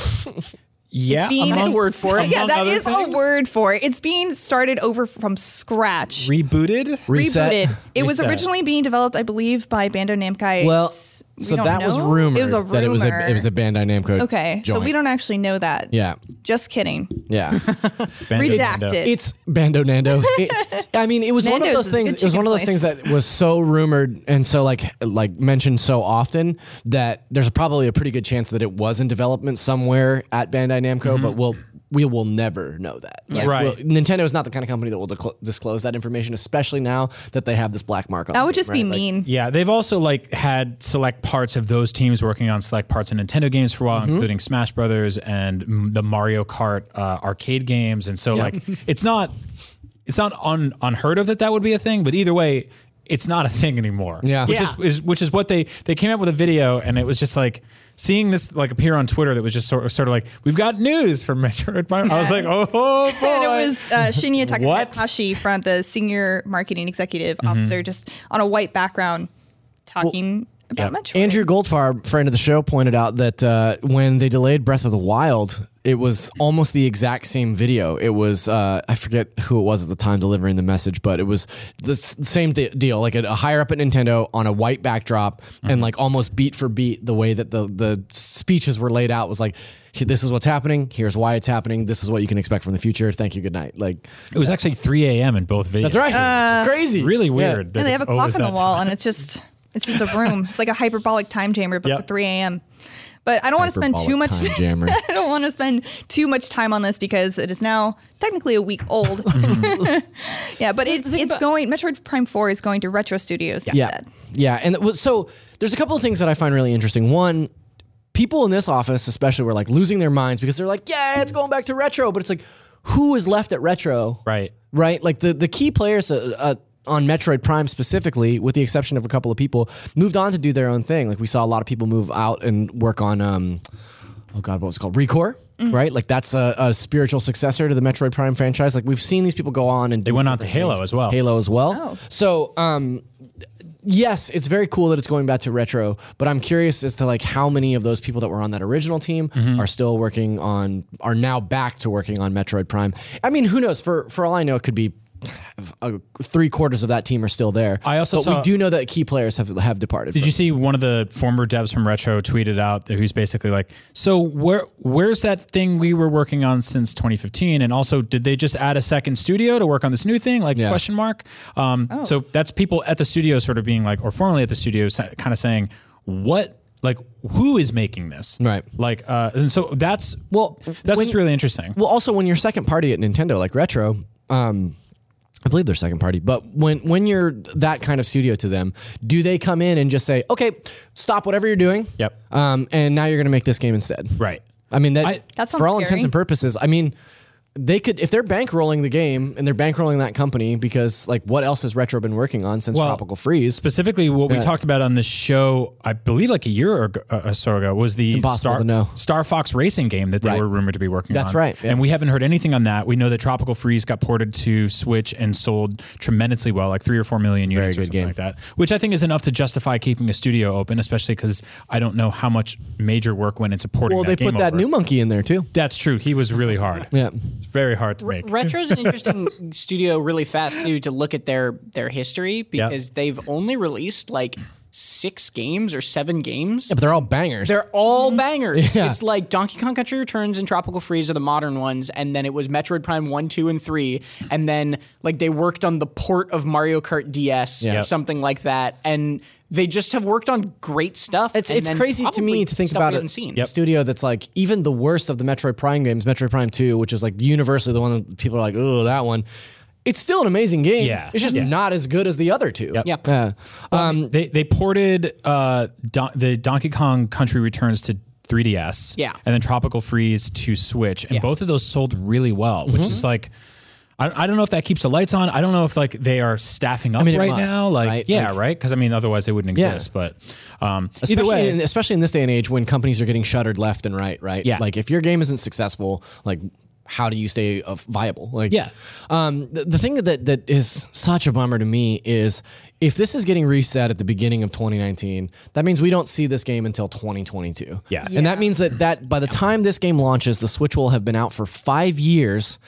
Speaker 4: Yeah,
Speaker 3: Being- yeah,
Speaker 4: among- among
Speaker 3: that
Speaker 4: other
Speaker 3: is a
Speaker 4: things.
Speaker 3: word for it. It's being started over from scratch.
Speaker 4: Rebooted.
Speaker 5: Reset.
Speaker 3: Rebooted. It was
Speaker 4: Reset.
Speaker 3: originally being developed, I believe, by Bandai Namco.
Speaker 5: [LAUGHS] Well,
Speaker 3: S- we
Speaker 5: so
Speaker 3: don't
Speaker 5: that was
Speaker 3: know.
Speaker 5: rumored
Speaker 3: It was a rumor.
Speaker 5: that it was a it was a Bandai Namco.
Speaker 3: okay, so
Speaker 5: joint.
Speaker 3: we don't actually know that.
Speaker 5: Yeah,
Speaker 3: Just kidding.
Speaker 5: yeah.
Speaker 4: Bandai Namco.
Speaker 3: Redacted.
Speaker 5: it's Bando Nando. It, I mean, it was one of
Speaker 3: Nando's
Speaker 5: those
Speaker 3: is a
Speaker 5: things.
Speaker 3: good
Speaker 5: It was one of those
Speaker 3: chicken
Speaker 5: things that was so rumored and so like like mentioned so often that there's probably a pretty good chance that it was in development somewhere at Bandai Namco, but we'll. We will never know that. Like,
Speaker 4: Right.
Speaker 5: we'll- Nintendo is not the kind of company that will decl- disclose that information, especially now that they have this black mark on.
Speaker 3: that would just be mean.
Speaker 4: Yeah, they've also like had select parts of those teams working on select parts of Nintendo games for a
Speaker 3: Mm-hmm.
Speaker 4: while, including Smash Brothers and mm, the Mario Kart uh, arcade games. And so like it's not it's not un, unheard of that that would be a thing, but either way, it's not a thing anymore.
Speaker 5: Yeah.
Speaker 4: which
Speaker 5: Yeah.
Speaker 4: Is, is which is what they they came out with a video, and it was just like seeing this like appear on Twitter that was just sort of, sort of like we've got news for Metroid. Prime." I
Speaker 3: [LAUGHS]
Speaker 4: was like, oh, oh boy.
Speaker 3: And it was uh,
Speaker 4: [LAUGHS]
Speaker 3: Shinya
Speaker 4: What?
Speaker 3: Takahashi from the senior marketing executive
Speaker 5: Mm-hmm.
Speaker 3: officer, just on a white background, talking about Metroid.
Speaker 5: Andrew Goldfarb, friend of the show, pointed out that uh, when they delayed Breath of the Wild, it was almost the exact same video. It was uh, I forget who it was at the time delivering the message, but it was the s- same th- deal, like a, a higher up at Nintendo on a white backdrop, and like almost beat for beat, the way that the the speeches were laid out was like, "Here- "This is what's happening. Here's why it's happening. This is what you can expect from the future. Thank you. Good night." Like
Speaker 4: It was actually 3 a.m. in both videos.
Speaker 5: that's right. It's crazy.
Speaker 4: Really weird. that
Speaker 3: and Uh, they
Speaker 4: it's
Speaker 3: have a
Speaker 4: always
Speaker 3: clock on the
Speaker 4: that
Speaker 3: wall, and it's just it's just a room. it's like a hyperbolic time chamber, but
Speaker 4: [LAUGHS] Yep.
Speaker 3: for 3 a.m. But I don't want to spend too much.
Speaker 5: Hyperbolic time [LAUGHS] jammer.
Speaker 3: [LAUGHS] I don't want to spend too much time on this because it is now technically a week
Speaker 5: [LAUGHS]
Speaker 3: old. [LAUGHS] yeah, but it's it's going. Metroid Prime Four is going to Retro Studios.
Speaker 5: Yeah. Yeah. And it was- so there's a couple of things that I find really interesting. One, people in this office, especially, were like losing their minds because they're like, yeah, it's going back to retro. But it's like, who is left at retro?
Speaker 4: Right.
Speaker 5: Right. Like the, the key players uh, uh, on Metroid Prime specifically, with the exception of a couple of people, moved on to do their own thing. Like we saw a lot of people move out and work on, um, oh God, what was it called? Recore. Right, like that's a, a spiritual successor to the Metroid Prime franchise. Like we've seen these people go on and
Speaker 4: They
Speaker 5: do
Speaker 4: went on to Halo as well.
Speaker 5: Halo as well. So, um, yes, it's very cool that it's going back to retro, but I'm curious as to like how many of those people that were on that original team
Speaker 4: Mm-hmm.
Speaker 5: are still working on are now back to working on Metroid Prime. I mean, who knows? For for all I know, it could be [SIGHS] uh, three quarters of that team are still there.
Speaker 4: I also
Speaker 5: but
Speaker 4: saw-
Speaker 5: we do know that key players have have departed.
Speaker 4: Did
Speaker 5: from
Speaker 4: you
Speaker 5: it.
Speaker 4: see one of the former devs from Retro tweeted out that who's basically like, so where where's that thing we were working on since 2015? And also, did they just add a second studio to work on this new thing? Like question mark. Um, So that's people at the studio sort of being like, or formerly at the studio, kind of saying what. Like who is making this?
Speaker 5: Right.
Speaker 4: Like, uh, and so that's
Speaker 5: Well,
Speaker 4: That's what's really interesting.
Speaker 5: Well, also when you're second party at Nintendo, like Retro, um, I believe they're second party. But when when you're that kind of studio to them, do they come in and just say, "Okay, stop whatever you're doing"?
Speaker 4: Yep.
Speaker 5: Um, and now you're going to make this game instead.
Speaker 4: Right.
Speaker 5: I mean that,
Speaker 4: I-
Speaker 3: That sounds
Speaker 5: for all
Speaker 3: scary.
Speaker 5: intents and purposes. I mean, they could if they're bankrolling the game and they're bankrolling that company because like what else has Retro been working on since
Speaker 4: Well,
Speaker 5: Tropical Freeze?
Speaker 4: Specifically, what we talked about on this show, I believe like a year or uh, or so ago, was the
Speaker 5: impossible
Speaker 4: Star,
Speaker 5: to know.
Speaker 4: Star Fox racing game that they
Speaker 5: Right.
Speaker 4: were rumored to be working on.
Speaker 5: That's right, yeah.
Speaker 4: And we haven't heard anything on that. We know that Tropical Freeze got ported to Switch and sold tremendously well, like three or four million
Speaker 5: very
Speaker 4: units or
Speaker 5: good
Speaker 4: something
Speaker 5: game.
Speaker 4: like that, which I think is enough to justify keeping a studio open, especially because I don't know how much major work went into porting
Speaker 5: Well,
Speaker 4: that
Speaker 5: they
Speaker 4: game
Speaker 5: put that
Speaker 4: over.
Speaker 5: new monkey in there too.
Speaker 4: That's true. He was really hard.
Speaker 5: [LAUGHS] Yeah.
Speaker 4: It's very hard to make.
Speaker 2: Retro's
Speaker 5: [LAUGHS]
Speaker 2: an interesting studio, really fast too, to look at their their history because they've only released like six games or seven games.
Speaker 5: But they're all bangers.
Speaker 2: They're all
Speaker 5: [LAUGHS]
Speaker 2: bangers.
Speaker 5: Yeah.
Speaker 2: It's like Donkey Kong Country Returns and Tropical Freeze are the modern ones, and then it was Metroid Prime 1, 2, and 3, and then like they worked on the port of Mario Kart DS
Speaker 5: Yeah.
Speaker 2: or something like that, and they just have worked on great stuff.
Speaker 5: It's
Speaker 2: and
Speaker 5: it's
Speaker 2: then
Speaker 5: crazy to
Speaker 2: probably
Speaker 5: me to think
Speaker 2: stuff
Speaker 5: about
Speaker 2: we
Speaker 5: it.
Speaker 2: haven't seen.
Speaker 5: a studio that's like even the worst of the Metroid Prime games, Metroid Prime Two, which is like universally the one that people are like, oh, that one. It's still an amazing game.
Speaker 4: Yeah.
Speaker 5: it's just
Speaker 4: Yeah.
Speaker 5: not as good as the other two.
Speaker 2: Yeah.
Speaker 5: Yeah. Um,
Speaker 4: They they ported uh, Don- the Donkey Kong Country Returns to 3DS.
Speaker 2: Yeah.
Speaker 4: And then Tropical Freeze to Switch. And both of those sold really well,
Speaker 5: Mm-hmm.
Speaker 4: which is like, I, I don't know if that keeps the lights on. I don't know if like they are staffing up
Speaker 5: mean, it
Speaker 4: right
Speaker 5: must,
Speaker 4: now. Like,
Speaker 5: right?
Speaker 4: yeah,
Speaker 5: Like-
Speaker 4: right? Because I mean, otherwise they wouldn't
Speaker 5: Yeah.
Speaker 4: exist. But um, either
Speaker 5: Especially
Speaker 4: way,
Speaker 5: in, especially in this day and age when companies are getting shuttered left and right, right?
Speaker 4: Yeah.
Speaker 5: Like if your game isn't successful, like how do you stay uh, viable? Like
Speaker 4: Yeah.
Speaker 5: Um, the, the thing that that is such a bummer to me is if this is getting reset at the beginning of 2019, that means we don't see this game until 2022.
Speaker 4: Yeah.
Speaker 5: And that means that that by the time this game launches, the Switch will have been out for five years.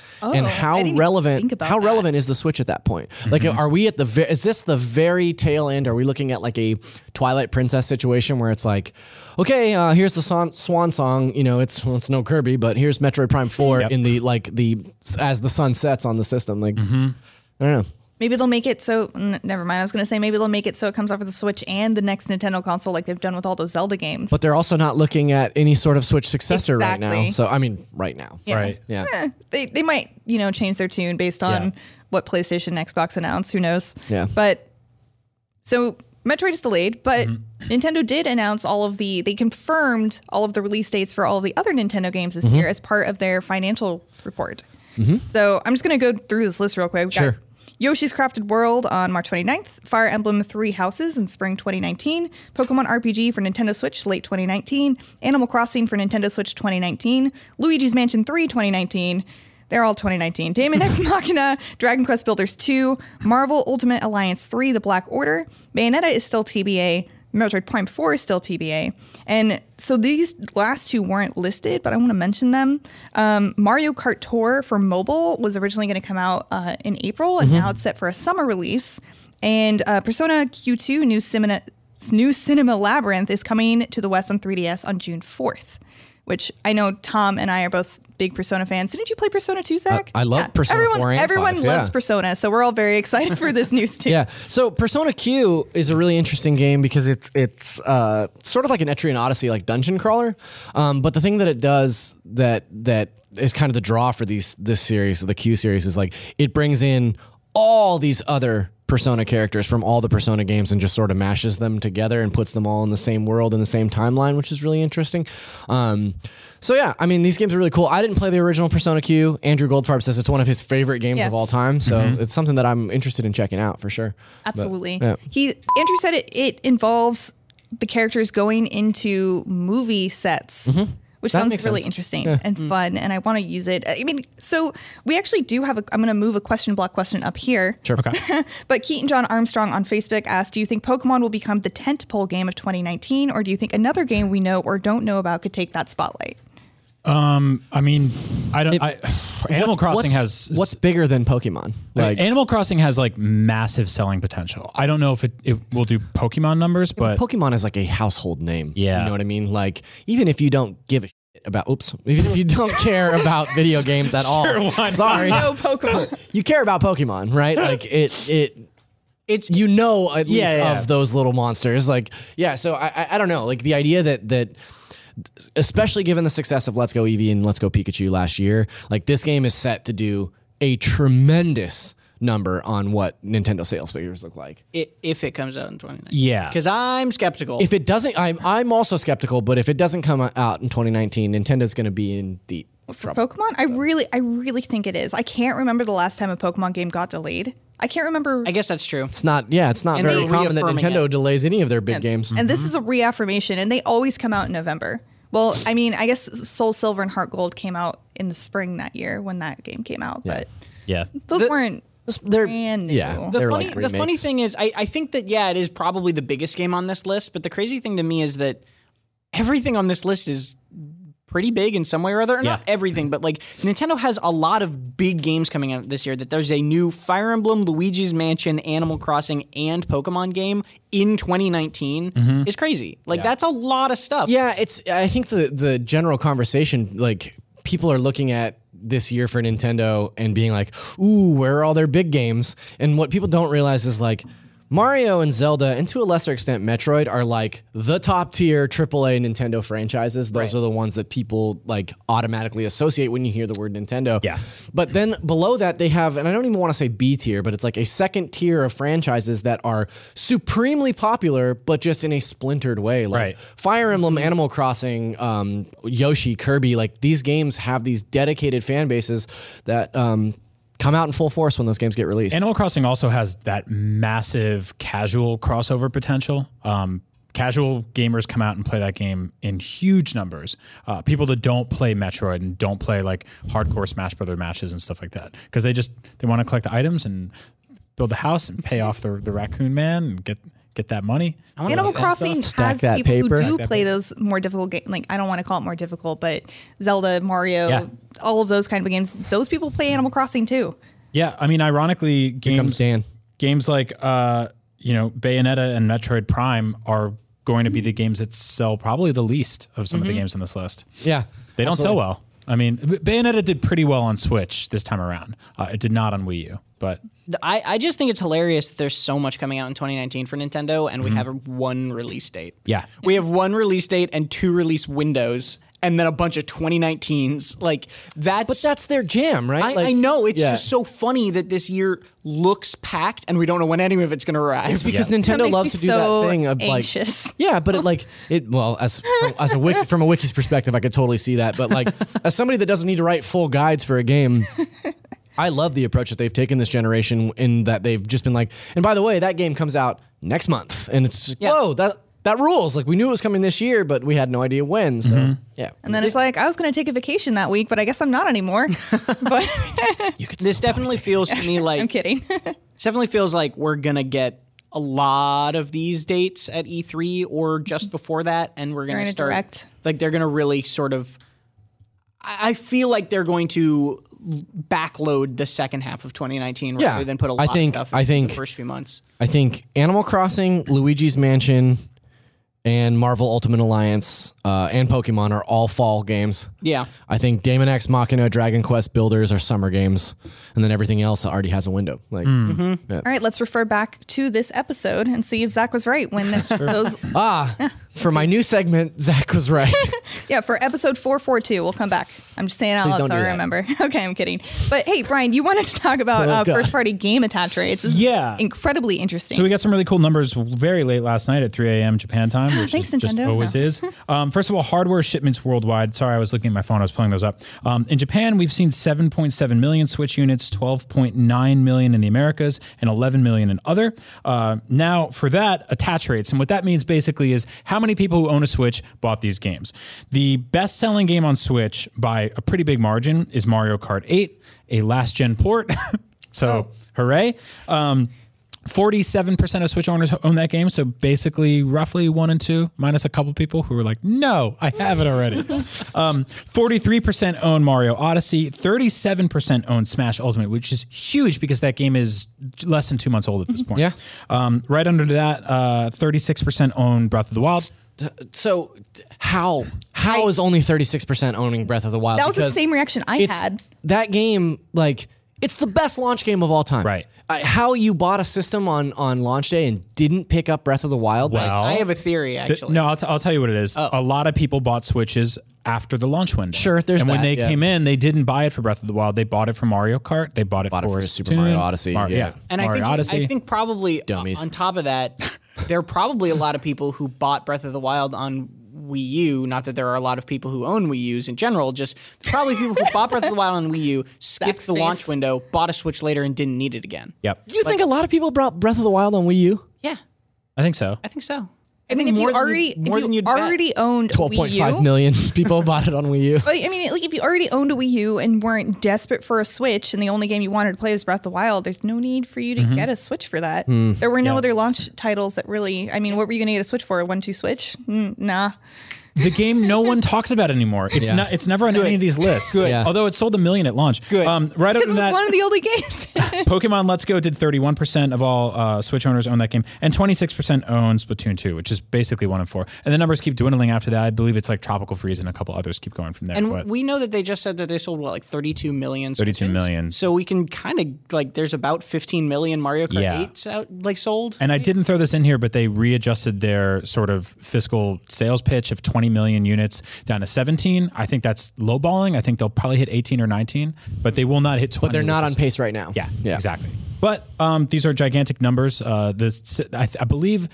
Speaker 3: Oh,
Speaker 5: and
Speaker 3: I
Speaker 5: how
Speaker 3: didn't even think
Speaker 5: relevant
Speaker 3: about
Speaker 5: how
Speaker 3: that.
Speaker 5: relevant is the Switch at that point? Like, are we at the ve- is this the very tail end? Are we looking at like a Twilight Princess situation where it's like, okay, uh, here's the son- swan song. You know, it's well, it's no Kirby, but here's Metroid Prime Four in the like the as the sun sets on the system. Like, I don't know.
Speaker 3: Maybe they'll make it so. N- never mind. I was going to say maybe they'll make it so it comes off of the Switch and the next Nintendo console, like they've done with all those Zelda games.
Speaker 5: But they're also not looking at any sort of Switch successor right now.
Speaker 3: Exactly.
Speaker 5: So I mean, right now.
Speaker 3: Yeah.
Speaker 4: right.
Speaker 5: Yeah.
Speaker 3: they they might you know change their tune based on
Speaker 5: Yeah.
Speaker 3: what PlayStation and Xbox announce. Who knows?
Speaker 5: Yeah.
Speaker 3: But so Metroid is delayed, but
Speaker 5: Mm-hmm.
Speaker 3: Nintendo did announce all of the they confirmed all of the release dates for all of the other Nintendo games
Speaker 5: Mm-hmm.
Speaker 3: this year as part of their financial report. So I'm just gonna go through this list real quick. We've got
Speaker 5: Sure.
Speaker 3: Yoshi's Crafted World on March 29th, Fire Emblem Three Houses in spring 2019, Pokemon RPG for Nintendo Switch late 2019, Animal Crossing for Nintendo Switch 2019, Luigi's Mansion 3 2019. They're all 2019. Damon X Machina, Dragon Quest Builders 2, Marvel Ultimate Alliance 3, The Black Order, Bayonetta is still TBA, Metroid Prime 4 is still TBA. And so these last two weren't listed, but I want to mention them. Um, Mario Kart Tour for mobile was originally going to come out uh, in April,
Speaker 5: Mm-hmm.
Speaker 3: and now it's set for a summer release. And uh, Persona Q2 New Cinema, New Cinema Labyrinth is coming to the West on 3DS on June 4th. Which I know Tom and I are both big Persona fans. Didn't you play Persona 2, Zach?
Speaker 5: I love Persona
Speaker 3: everyone,
Speaker 5: 4 and 5,
Speaker 3: Everyone loves
Speaker 5: yeah.
Speaker 3: Persona, so we're all very [LAUGHS] excited for this news too.
Speaker 5: [LAUGHS] Yeah. So Persona Q is a really interesting game because it's it's uh, sort of like an Etrian Odyssey, like dungeon crawler. Um, but the thing that it does that that is kind of the draw for these this series, the Q series, is like it brings in all these other persona characters from all the persona games and just sort of mashes them together and puts them all in the same world in the same timeline which is really interesting um, so yeah i mean these games are really cool i didn't play the original persona q andrew goldfarb says it's one of his favorite games
Speaker 3: Yeah.
Speaker 5: of all time so
Speaker 4: Mm-hmm.
Speaker 5: it's something that i'm interested in checking out for sure
Speaker 3: Absolutely.
Speaker 5: yeah.
Speaker 3: He Andrew said it, it involves the characters going into movie sets. Which
Speaker 5: Mm-hmm. That makes
Speaker 3: sounds really
Speaker 5: sense.
Speaker 3: interesting and fun, and I want to use it. I mean, so we actually do have a. I'm going to move a question block question up here.
Speaker 5: Sure.
Speaker 4: Okay.
Speaker 3: [LAUGHS] But Keaton John Armstrong on Facebook asked, "Do you think Pokemon will become the tentpole game of 2019, or do you think another game we know or don't know about could take that spotlight?"
Speaker 4: I mean, I don't. I, [SIGHS] Animal Crossing
Speaker 5: What's-
Speaker 4: has
Speaker 5: what's bigger than Pokemon? Like
Speaker 4: Animal Crossing has like massive selling potential. I don't know if it, it will do Pokemon numbers, but
Speaker 5: Pokemon is like a household name.
Speaker 4: Yeah.
Speaker 5: you know what I mean. Like even if you don't give a shit about oops, even if you don't [LAUGHS] care about video games at all, sorry,
Speaker 3: No [LAUGHS] Pokemon.
Speaker 5: you care about Pokemon,
Speaker 4: [LAUGHS]
Speaker 5: right? Like it it. It's you know at least
Speaker 4: Yeah, yeah.
Speaker 5: of those little monsters, like yeah. So I, I I don't know, like the idea that that especially given the success of Let's Go Eevee and Let's Go Pikachu last year, like this game is set to do a tremendous number on what Nintendo sales figures look like.
Speaker 2: I- if it comes out in 2019.
Speaker 4: Yeah.
Speaker 2: Because I'm skeptical.
Speaker 5: If it doesn't, I'm I'm also skeptical. But if it doesn't come out in 2019, Nintendo's going to be in deep trouble.
Speaker 3: Pokemon? I really, I really think it is. I can't remember the last time a Pokemon game got delayed. I can't remember.
Speaker 2: I guess that's true.
Speaker 5: It's not. Yeah, it's not
Speaker 2: And
Speaker 5: very
Speaker 2: they're
Speaker 5: common that
Speaker 2: reaffirming
Speaker 5: Nintendo
Speaker 2: it.
Speaker 5: delays any of their big games.
Speaker 3: and this is a reaffirmation, and they always come out in November. Well, I mean, I guess Soul Silver and Heart Gold came out in the spring that year when that game came out, but
Speaker 4: yeah.
Speaker 3: those weren't.
Speaker 5: They're
Speaker 3: Brand new.
Speaker 5: yeah.
Speaker 3: The
Speaker 5: they're
Speaker 2: the funny,
Speaker 5: like
Speaker 2: the funny
Speaker 5: remakes.
Speaker 2: thing is, I, I think that yeah, it is probably the biggest game on this list. But the crazy thing to me is that everything on this list is pretty big in some way or other. Not
Speaker 4: Yeah.
Speaker 2: everything, but like Nintendo has a lot of big games coming out this year. That there's a new Fire Emblem, Luigi's Mansion, Animal Crossing, and Pokemon game in 2019
Speaker 5: Mm-hmm.
Speaker 2: is crazy. Like that's a lot of stuff.
Speaker 5: Yeah, it's. I think the the general conversation, like people are looking at this year for Nintendo and being like, "Ooh, where are all their big games?" And what people don't realize is like. Mario and Zelda, and to a lesser extent, Metroid are like the top tier AAA Nintendo franchises. Those are the ones that people like automatically associate when you hear the word Nintendo.
Speaker 4: Yeah.
Speaker 5: But then below that, they have, and I don't even want to say B tier, but it's like a second tier of franchises that are supremely popular, but just in a splintered way. Like
Speaker 4: Right.
Speaker 5: Fire Emblem, Animal Crossing, um, Yoshi, Kirby, like these games have these dedicated fan bases that um, come out in full force when those games get released.
Speaker 4: Animal Crossing also has that massive casual crossover potential. Um, casual gamers come out and play that game in huge numbers. Uh, people that don't play Metroid and don't play like hardcore Smash Brother matches and stuff like that because they just they want to collect the items and build the house and pay off the the raccoon man and get get that money.
Speaker 3: Animal Crossing
Speaker 5: Stack
Speaker 3: has
Speaker 5: that
Speaker 3: people
Speaker 5: paper.
Speaker 3: who do play those more difficult games. Like I don't want to call it more difficult, but Zelda, Mario,
Speaker 4: Yeah.
Speaker 3: all of those kind of games. Those people play Animal Crossing too.
Speaker 4: Yeah, I mean, ironically, games
Speaker 5: comes Dan.
Speaker 4: games like uh, you know Bayonetta and Metroid Prime are going to be the games that sell probably the least of some of the games on this list.
Speaker 5: Mm-hmm. yeah.
Speaker 4: They don't sell well. I mean, B- Bayonetta did pretty well on Switch this time around. Uh, it did not on Wii U, but
Speaker 2: I, I just think it's hilarious that there's so much coming out in 2019 for Nintendo, and we
Speaker 5: Mm-hmm.
Speaker 2: have one release date.
Speaker 4: yeah,
Speaker 2: We have one release date and two release windows, and then a bunch of 2019s. Like that's.
Speaker 5: But that's their jam, right?
Speaker 2: I,
Speaker 5: Like-
Speaker 2: I know it's
Speaker 5: Yeah.
Speaker 2: just so funny that this year looks packed, and we don't know when any of it's going to arrive.
Speaker 5: It's because
Speaker 3: That makes
Speaker 5: Nintendo
Speaker 3: me
Speaker 5: loves to do
Speaker 3: so
Speaker 5: that thing of
Speaker 3: anxious.
Speaker 5: like, yeah, but it like it. Well, as from, as a wiki, from a wiki's perspective, I could totally see that. But
Speaker 3: [LAUGHS]
Speaker 5: like, as somebody that doesn't need to write full guides for a game. I love the approach that they've taken this generation in that they've just been like, and by the way, that game comes out next month, and it's whoa that that rules. Like we knew it was coming this year, but we had no idea when. So yeah,
Speaker 3: And then it's like I was going to take a vacation that week, but I guess I'm not
Speaker 5: [LAUGHS]
Speaker 3: anymore. but
Speaker 2: [LAUGHS] this definitely feels to me like
Speaker 3: I'm kidding.
Speaker 2: This definitely feels like we're gonna get a lot of these dates at E3 or just before that, and we're
Speaker 3: Mm-hmm.
Speaker 2: gonna
Speaker 3: They're gonna
Speaker 2: start
Speaker 3: direct.
Speaker 2: like they're gonna really sort of. I I feel like they're going to backload the second half of 2019 rather
Speaker 5: Yeah.
Speaker 2: than put a
Speaker 5: I
Speaker 2: lot
Speaker 5: think-
Speaker 2: of stuff.
Speaker 5: I
Speaker 2: into
Speaker 5: think-
Speaker 2: the first few months.
Speaker 5: I think Animal Crossing, Luigi's Mansion, and Marvel Ultimate Alliance uh, and Pokemon are all fall games.
Speaker 2: Yeah,
Speaker 5: I think Daemon X Machina, Dragon Quest Builders are summer games, and then everything else already has a window. Like,
Speaker 4: Hmm.
Speaker 5: Mhm.
Speaker 4: Mm-hmm.
Speaker 3: All right, let's refer back to this episode and see if Zach was right when [LAUGHS] those. [LAUGHS]
Speaker 5: ah, for my new segment, [LAUGHS] Zach was right.
Speaker 3: Yeah, for episode four four two, we'll come back. I'm just saying out
Speaker 5: Please
Speaker 3: loud
Speaker 5: don't
Speaker 3: so
Speaker 5: do
Speaker 3: I
Speaker 5: that.
Speaker 3: remember. [LAUGHS] Okay, I'm kidding. But hey, Brian, you wanted to talk about
Speaker 5: Oh,
Speaker 3: uh,
Speaker 5: God.
Speaker 3: first party game attach rates? This is
Speaker 4: Yeah.
Speaker 3: incredibly interesting.
Speaker 4: So we got some really cool numbers very late last night at 3 a.m. Japan time,
Speaker 3: [GASPS]
Speaker 4: which
Speaker 3: Thanks,
Speaker 4: is just
Speaker 3: Nintendo.
Speaker 4: always
Speaker 3: [LAUGHS] No.
Speaker 4: is. Um, first of all, hardware shipments worldwide. Sorry, I was looking at my phone. I was pulling those up. Um, in Japan, we've seen 7.7 million Switch units, 12.9 million in the Americas, and 11 million in other. Uh, now, for that, attach rates. And what that means basically is how many people who own a Switch bought these games. The best selling game on Switch by a pretty big margin is Mario Kart 8, a last gen port. [LAUGHS]
Speaker 3: Oh.
Speaker 4: so, hooray. Um, 47% of Switch owners own that game. So basically, roughly one and two, minus a couple people who were like, no, I have it already. um, 43% own Mario Odyssey. 37% own Smash Ultimate, which is huge because that game is less than two months old at this point.
Speaker 5: Yeah.
Speaker 4: Um, right under that, uh, 36% own Breath of the Wild.
Speaker 5: so, t- how how is only thirty six percent owning Breath of the Wild?
Speaker 3: that was the
Speaker 5: Because
Speaker 3: same reaction I
Speaker 5: it's-
Speaker 3: had.
Speaker 5: That game, like, it's the best launch game of all time.
Speaker 4: Right.
Speaker 5: Uh, how you bought a system on on launch day and didn't pick up Breath of the Wild? like,
Speaker 4: Well,
Speaker 2: I have a theory
Speaker 4: th-
Speaker 2: actually.
Speaker 4: no, I'll, t- I'll tell you what it is. A lot of people bought Switches after the launch window.
Speaker 5: Oh. Sure, there's
Speaker 4: And when
Speaker 5: that,
Speaker 4: they
Speaker 5: yeah.
Speaker 4: came in, they didn't buy it for Breath of the Wild. They bought it for Mario Kart. They bought it,
Speaker 5: Bought it
Speaker 4: for,
Speaker 5: for Super Mario
Speaker 4: Splatoon,
Speaker 5: Odyssey,
Speaker 4: Mar-
Speaker 5: yeah.
Speaker 2: and I
Speaker 4: Mario
Speaker 2: think
Speaker 4: Odyssey.
Speaker 2: I think probably uh,
Speaker 5: Dummies.
Speaker 2: on top of that, [LAUGHS] there are probably a lot of people who bought Breath of the Wild on Wii U. Not that there are a lot of people who own Wii U's in general. Just probably people who bought Breath of the Wild on
Speaker 4: [LAUGHS]
Speaker 2: Wii U, skipped the
Speaker 3: Backspace.
Speaker 2: launch window, bought a Switch later, and didn't need it again.
Speaker 4: yep.
Speaker 5: you think a lot of people brought Breath of the Wild on Wii U?
Speaker 2: Yeah,
Speaker 4: I think so.
Speaker 2: I think so.
Speaker 3: I mean, if you already
Speaker 2: more
Speaker 3: if
Speaker 2: than
Speaker 3: you
Speaker 2: you'd bet.
Speaker 3: already owned
Speaker 5: Twelve point five
Speaker 3: Wii U,
Speaker 5: million [LAUGHS] people bought it on
Speaker 3: [LAUGHS]
Speaker 5: Wii U.
Speaker 3: But, I mean, like if you already owned a Wii U and weren't desperate for a Switch, and the only game you wanted to play was Breath of the Wild, there's no need for you to get a Switch for that. There were no other launch titles that really. I mean, what were you going to get a Switch for? A one two Switch? Mm, nah.
Speaker 4: the game no one talks about anymore. It's
Speaker 5: Yeah.
Speaker 4: not. It's never on any of these lists.
Speaker 2: Good.
Speaker 5: Yeah.
Speaker 4: Although it sold a million at launch.
Speaker 2: Good.
Speaker 4: Um, right other
Speaker 3: Because it
Speaker 4: than
Speaker 3: was
Speaker 4: that,
Speaker 3: one of the only [LAUGHS] games.
Speaker 4: Pokemon Let's Go did 31% of all uh, Switch owners own that game, and 26% own Splatoon 2, which is basically one in four. And the numbers keep dwindling after that. I believe it's like Tropical Freeze and a couple others keep going from there.
Speaker 2: And
Speaker 4: but
Speaker 2: we know that they just said that they sold what like 32 million.
Speaker 4: 32
Speaker 2: Switches?
Speaker 4: million.
Speaker 2: So we can kind of like there's about 15 million Mario Kart
Speaker 4: Yeah.
Speaker 2: 8s out like sold.
Speaker 4: And I didn't throw this in here, but they readjusted their sort of fiscal sales pitch of 20 million units down to 17. I think that's lowballing. I think they'll probably hit 18 or 19, but they will not hit 20.
Speaker 5: But they're
Speaker 4: which
Speaker 5: not
Speaker 4: is-
Speaker 5: on pace right now.
Speaker 4: Yeah,
Speaker 5: Yeah.
Speaker 4: exactly. But um, these are gigantic numbers. Uh, this, I, th- I believe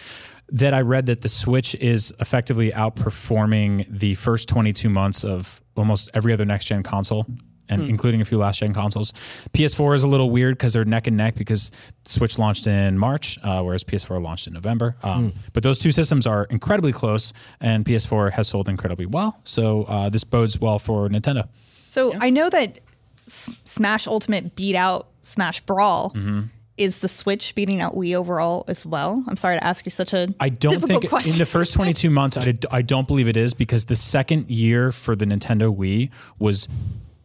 Speaker 4: that I read that the Switch is effectively outperforming the first 22 months of almost every other next gen console. And including a few last gen consoles. PS4 is a little weird because they're neck and neck because Switch launched in March, uh, whereas PS4 launched in November. Um, But those two systems are incredibly close, and PS4 has sold incredibly well. So uh, this bodes well for Nintendo.
Speaker 3: So I know that S- Smash Ultimate beat out Smash Brawl.
Speaker 4: Mm-hmm.
Speaker 3: Is the Switch beating out Wii overall as well? I'm sorry to ask you such a
Speaker 4: I don't
Speaker 3: difficult
Speaker 4: think
Speaker 3: question.
Speaker 4: in
Speaker 3: [LAUGHS]
Speaker 4: the first 22 months, I, I don't believe it is because the second year for the Nintendo Wii was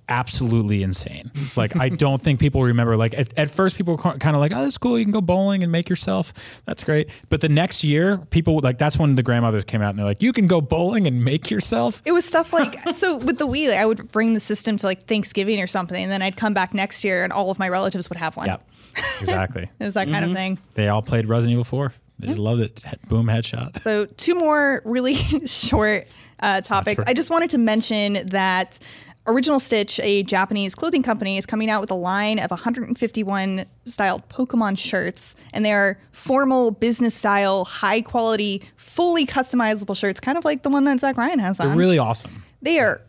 Speaker 4: absolutely insane. Like, I don't think people remember. Like, at, at first, people were kind of like, oh, that's cool. You can go bowling and make yourself. That's great. But the next year, people, like, that's when the grandmothers came out and they're like, you can go bowling and make yourself.
Speaker 3: it was stuff like so with the Wii, like, I would bring the system to like Thanksgiving or something, and then I'd come back next year, and all of my relatives would have one.
Speaker 4: Yep.
Speaker 3: [LAUGHS]
Speaker 4: Exactly.
Speaker 3: It was that kind
Speaker 4: Mm-hmm.
Speaker 3: of thing.
Speaker 4: they all played Resident Evil 4. They loved it. Boom, headshot.
Speaker 3: So, two more really [LAUGHS] short uh, topics. I just wanted to mention that Original Stitch, a Japanese clothing company, is coming out with a line of 151 styled Pokemon shirts. And they are formal, business style, high quality, fully customizable shirts, kind of like the one that Zach Ryan has on.
Speaker 4: Really awesome.
Speaker 3: they are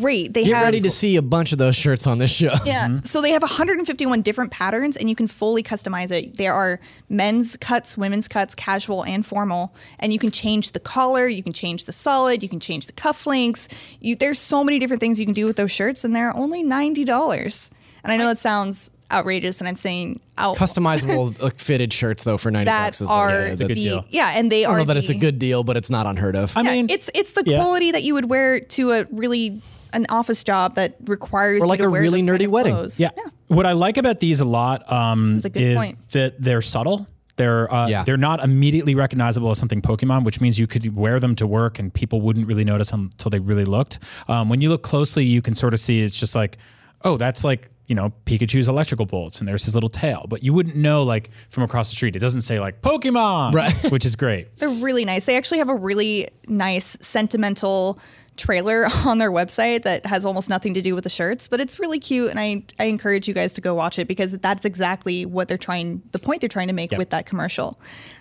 Speaker 3: great. They
Speaker 5: Get
Speaker 3: have.
Speaker 5: ready to see a bunch of those shirts on this show.
Speaker 3: Yeah. So they have 151 different patterns and you can fully customize it. There are men's cuts, women's cuts, casual and formal, and you can change the collar, you can change the solid, you can change the cufflinks. You there's so many different things you can do with those shirts and they're only $90. And I know that sounds outrageous and I'm saying out
Speaker 5: [LAUGHS] Customizable uh, fitted shirts though for 90
Speaker 3: that
Speaker 5: bucks is
Speaker 3: are
Speaker 5: like, yeah,
Speaker 3: the,
Speaker 5: that's-
Speaker 4: deal.
Speaker 3: yeah, and they
Speaker 5: I
Speaker 3: are
Speaker 5: don't know that it's a
Speaker 3: the-
Speaker 5: good deal, but it's not unheard of.
Speaker 4: I
Speaker 3: yeah,
Speaker 4: mean,
Speaker 3: it's it's the
Speaker 4: yeah.
Speaker 3: quality that you would wear to a really an office job that requires
Speaker 5: Or like
Speaker 3: you to
Speaker 5: a
Speaker 3: wear
Speaker 5: really
Speaker 3: those kind
Speaker 5: nerdy
Speaker 3: of
Speaker 5: wedding.
Speaker 3: clothes.
Speaker 4: Yeah. What I like about these a lot um,
Speaker 3: That's a good
Speaker 4: is
Speaker 3: point.
Speaker 4: that they're subtle. They're uh,
Speaker 5: Yeah.
Speaker 4: they're not immediately recognizable as something Pokemon, which means you could wear them to work and people wouldn't really notice until they really looked. Um, when you look closely, you can sort of see it's just like, oh, that's like you know Pikachu's electrical bolts and there's his little tail, but you wouldn't know like from across the street. It doesn't say like Pokemon,
Speaker 5: Right.
Speaker 4: [LAUGHS] which is great.
Speaker 3: They're really nice. They actually have a really nice sentimental trailer [LAUGHS] on their website that has almost nothing to do with the shirts, but it's really cute and I I encourage you guys to go watch it because that's exactly what they're trying the point they're trying to make with that commercial.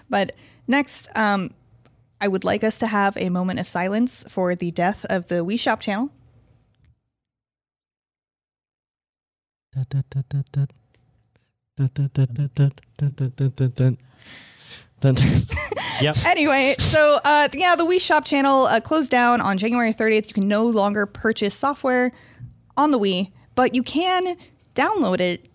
Speaker 3: But next um I would like us to have a moment of silence for the death of the Wii Shop channel. [LAUGHS]
Speaker 4: Yep.
Speaker 3: Anyway, so uh, yeah, the Wii Shop channel uh, closed down on January 30th. You can no longer purchase software on the Wii, but you can download it.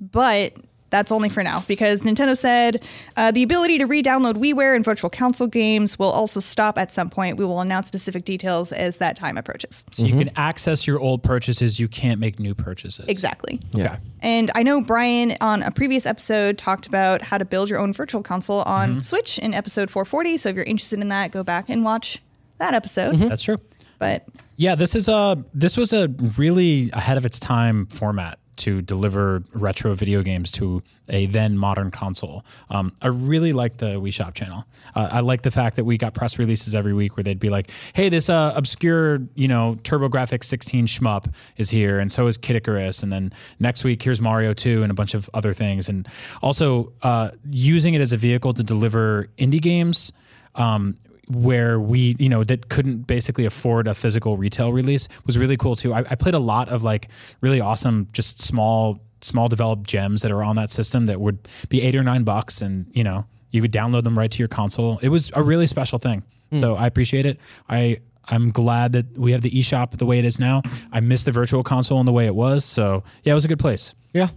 Speaker 3: But that's only for now because Nintendo said uh, the ability to re-download WiiWare and Virtual Console games will also stop at some point. We will announce specific details as that time approaches.
Speaker 4: So
Speaker 5: Mm-hmm.
Speaker 4: you can access your old purchases. You can't make new purchases.
Speaker 3: Exactly.
Speaker 4: Yeah.
Speaker 3: And I know Brian on a previous episode talked about how to build your own virtual console on Switch in episode 440. So if you're interested in that, go back and watch that episode.
Speaker 4: That's true.
Speaker 3: But
Speaker 4: Yeah, this is a this was a really ahead of its time format to deliver retro video games to a then modern console. Um, I really like the Wii Shop channel. Uh, I like the fact that we got press releases every week where they'd be like, "Hey, this uh, obscure, you know, TurboGrafx 16 shmup is here, and so is Kid Icarus, and then next week here's Mario 2 and a bunch of other things." And also uh, using it as a vehicle to deliver indie games. Um, where we, you know, that couldn't basically afford a physical retail release was really cool too. I, I played a lot of like really awesome, just small, small developed gems that are on that system that would be eight or nine bucks, and you know, you could download them right to your console. It was a really special thing.
Speaker 5: Hmm.
Speaker 4: So I appreciate it. I I'm glad that we have the eShop the way it is now. I miss the virtual console and the way it was. So yeah, it was a good place.
Speaker 5: yeah.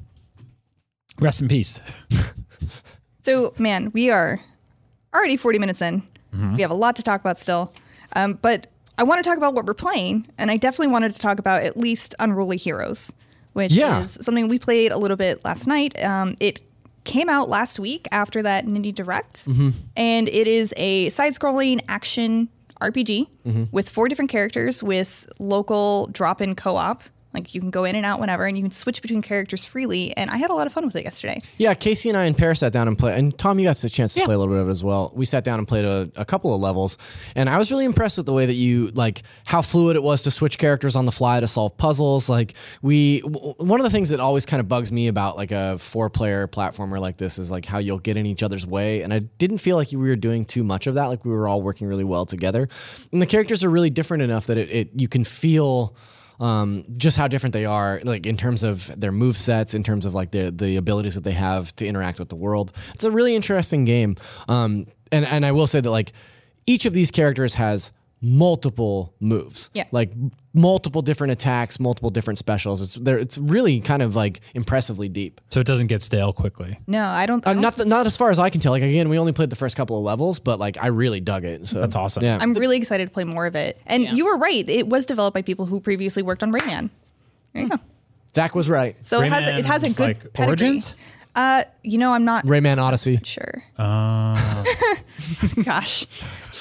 Speaker 4: Rest in peace. [LAUGHS]
Speaker 3: So,
Speaker 5: Mm-hmm.
Speaker 3: man, we are already 40 minutes in. We have a lot to talk about still. Um, but I want to talk about what we're playing, and I definitely wanted to talk about at least Unruly Heroes, which
Speaker 5: Yeah.
Speaker 3: is something we played a little bit last night. Um, it came out last week after that Nindy Direct,
Speaker 5: Mm-hmm.
Speaker 3: and it is a side-scrolling action RPG
Speaker 5: Mm-hmm.
Speaker 3: with four different characters with local drop-in co-op. Like you can go in and out whenever, and you can switch between characters freely. And I had a lot of fun with it yesterday.
Speaker 5: Yeah, Casey and I and Pear sat down and played, and Tom, you got the chance to play a little bit of it as well. We sat down and played a, a couple of levels, and I was really impressed with the way that you like how fluid it was to switch characters on the fly to solve puzzles. Like we, w- one of the things that always kind of bugs me about like a four-player platformer like this is like how you'll get in each other's way, and I didn't feel like we were doing too much of that. Like we were all working really well together, and the characters are really different enough that it, it you can feel um, just how different they are, like in terms of their move sets, in terms of like the the abilities that they have to interact with the world. It's a really interesting game, um, and and I will say that like each of these characters has multiple moves,
Speaker 3: Yeah.
Speaker 5: like m- multiple different attacks, multiple different specials. It's there. It's really kind of like impressively deep.
Speaker 4: so it doesn't get stale quickly.
Speaker 3: No, I don't. I
Speaker 5: Uh,
Speaker 3: don't
Speaker 5: not th- not as far as I can tell. Like again, we only played the first couple of levels, but like I really dug it. So
Speaker 4: That's awesome.
Speaker 5: Yeah.
Speaker 3: I'm really excited to play more of it. And you were right; it was developed by people who previously worked on Rayman. There you go.
Speaker 5: Zach was right.
Speaker 3: So it has it has a
Speaker 4: Rayman,
Speaker 3: good
Speaker 4: like,
Speaker 3: pedigree.
Speaker 4: Origins?
Speaker 3: Uh, you know, I'm not
Speaker 5: Rayman Odyssey.
Speaker 3: sure.
Speaker 4: Uh,
Speaker 3: [LAUGHS] Gosh,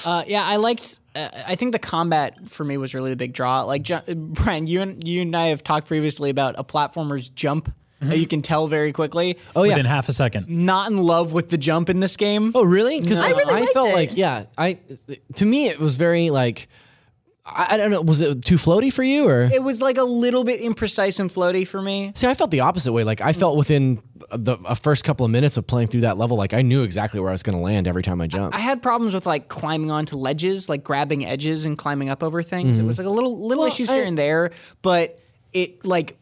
Speaker 2: Uh, yeah, I liked. Uh, I think the combat for me was really the big draw. Like ju- Brian, you and you and I have talked previously about a platformer's jump that you can tell very quickly.
Speaker 5: Oh yeah.
Speaker 4: Within half a second.
Speaker 2: Not in love with the jump in this game.
Speaker 5: Oh, really? Because I,
Speaker 3: really liked
Speaker 5: felt
Speaker 3: it.
Speaker 5: like, yeah, I to me it was very like, I, I don't know, was it too floaty for you or?
Speaker 2: It was like a little bit imprecise and floaty for me.
Speaker 5: See, I felt the opposite way. Like I felt within the a first couple of minutes of playing through that level, like I knew exactly where I was going to land every time I jumped.
Speaker 2: I had problems with like climbing onto ledges, like grabbing edges and climbing up over things. It was like a little little issues here and there, but it like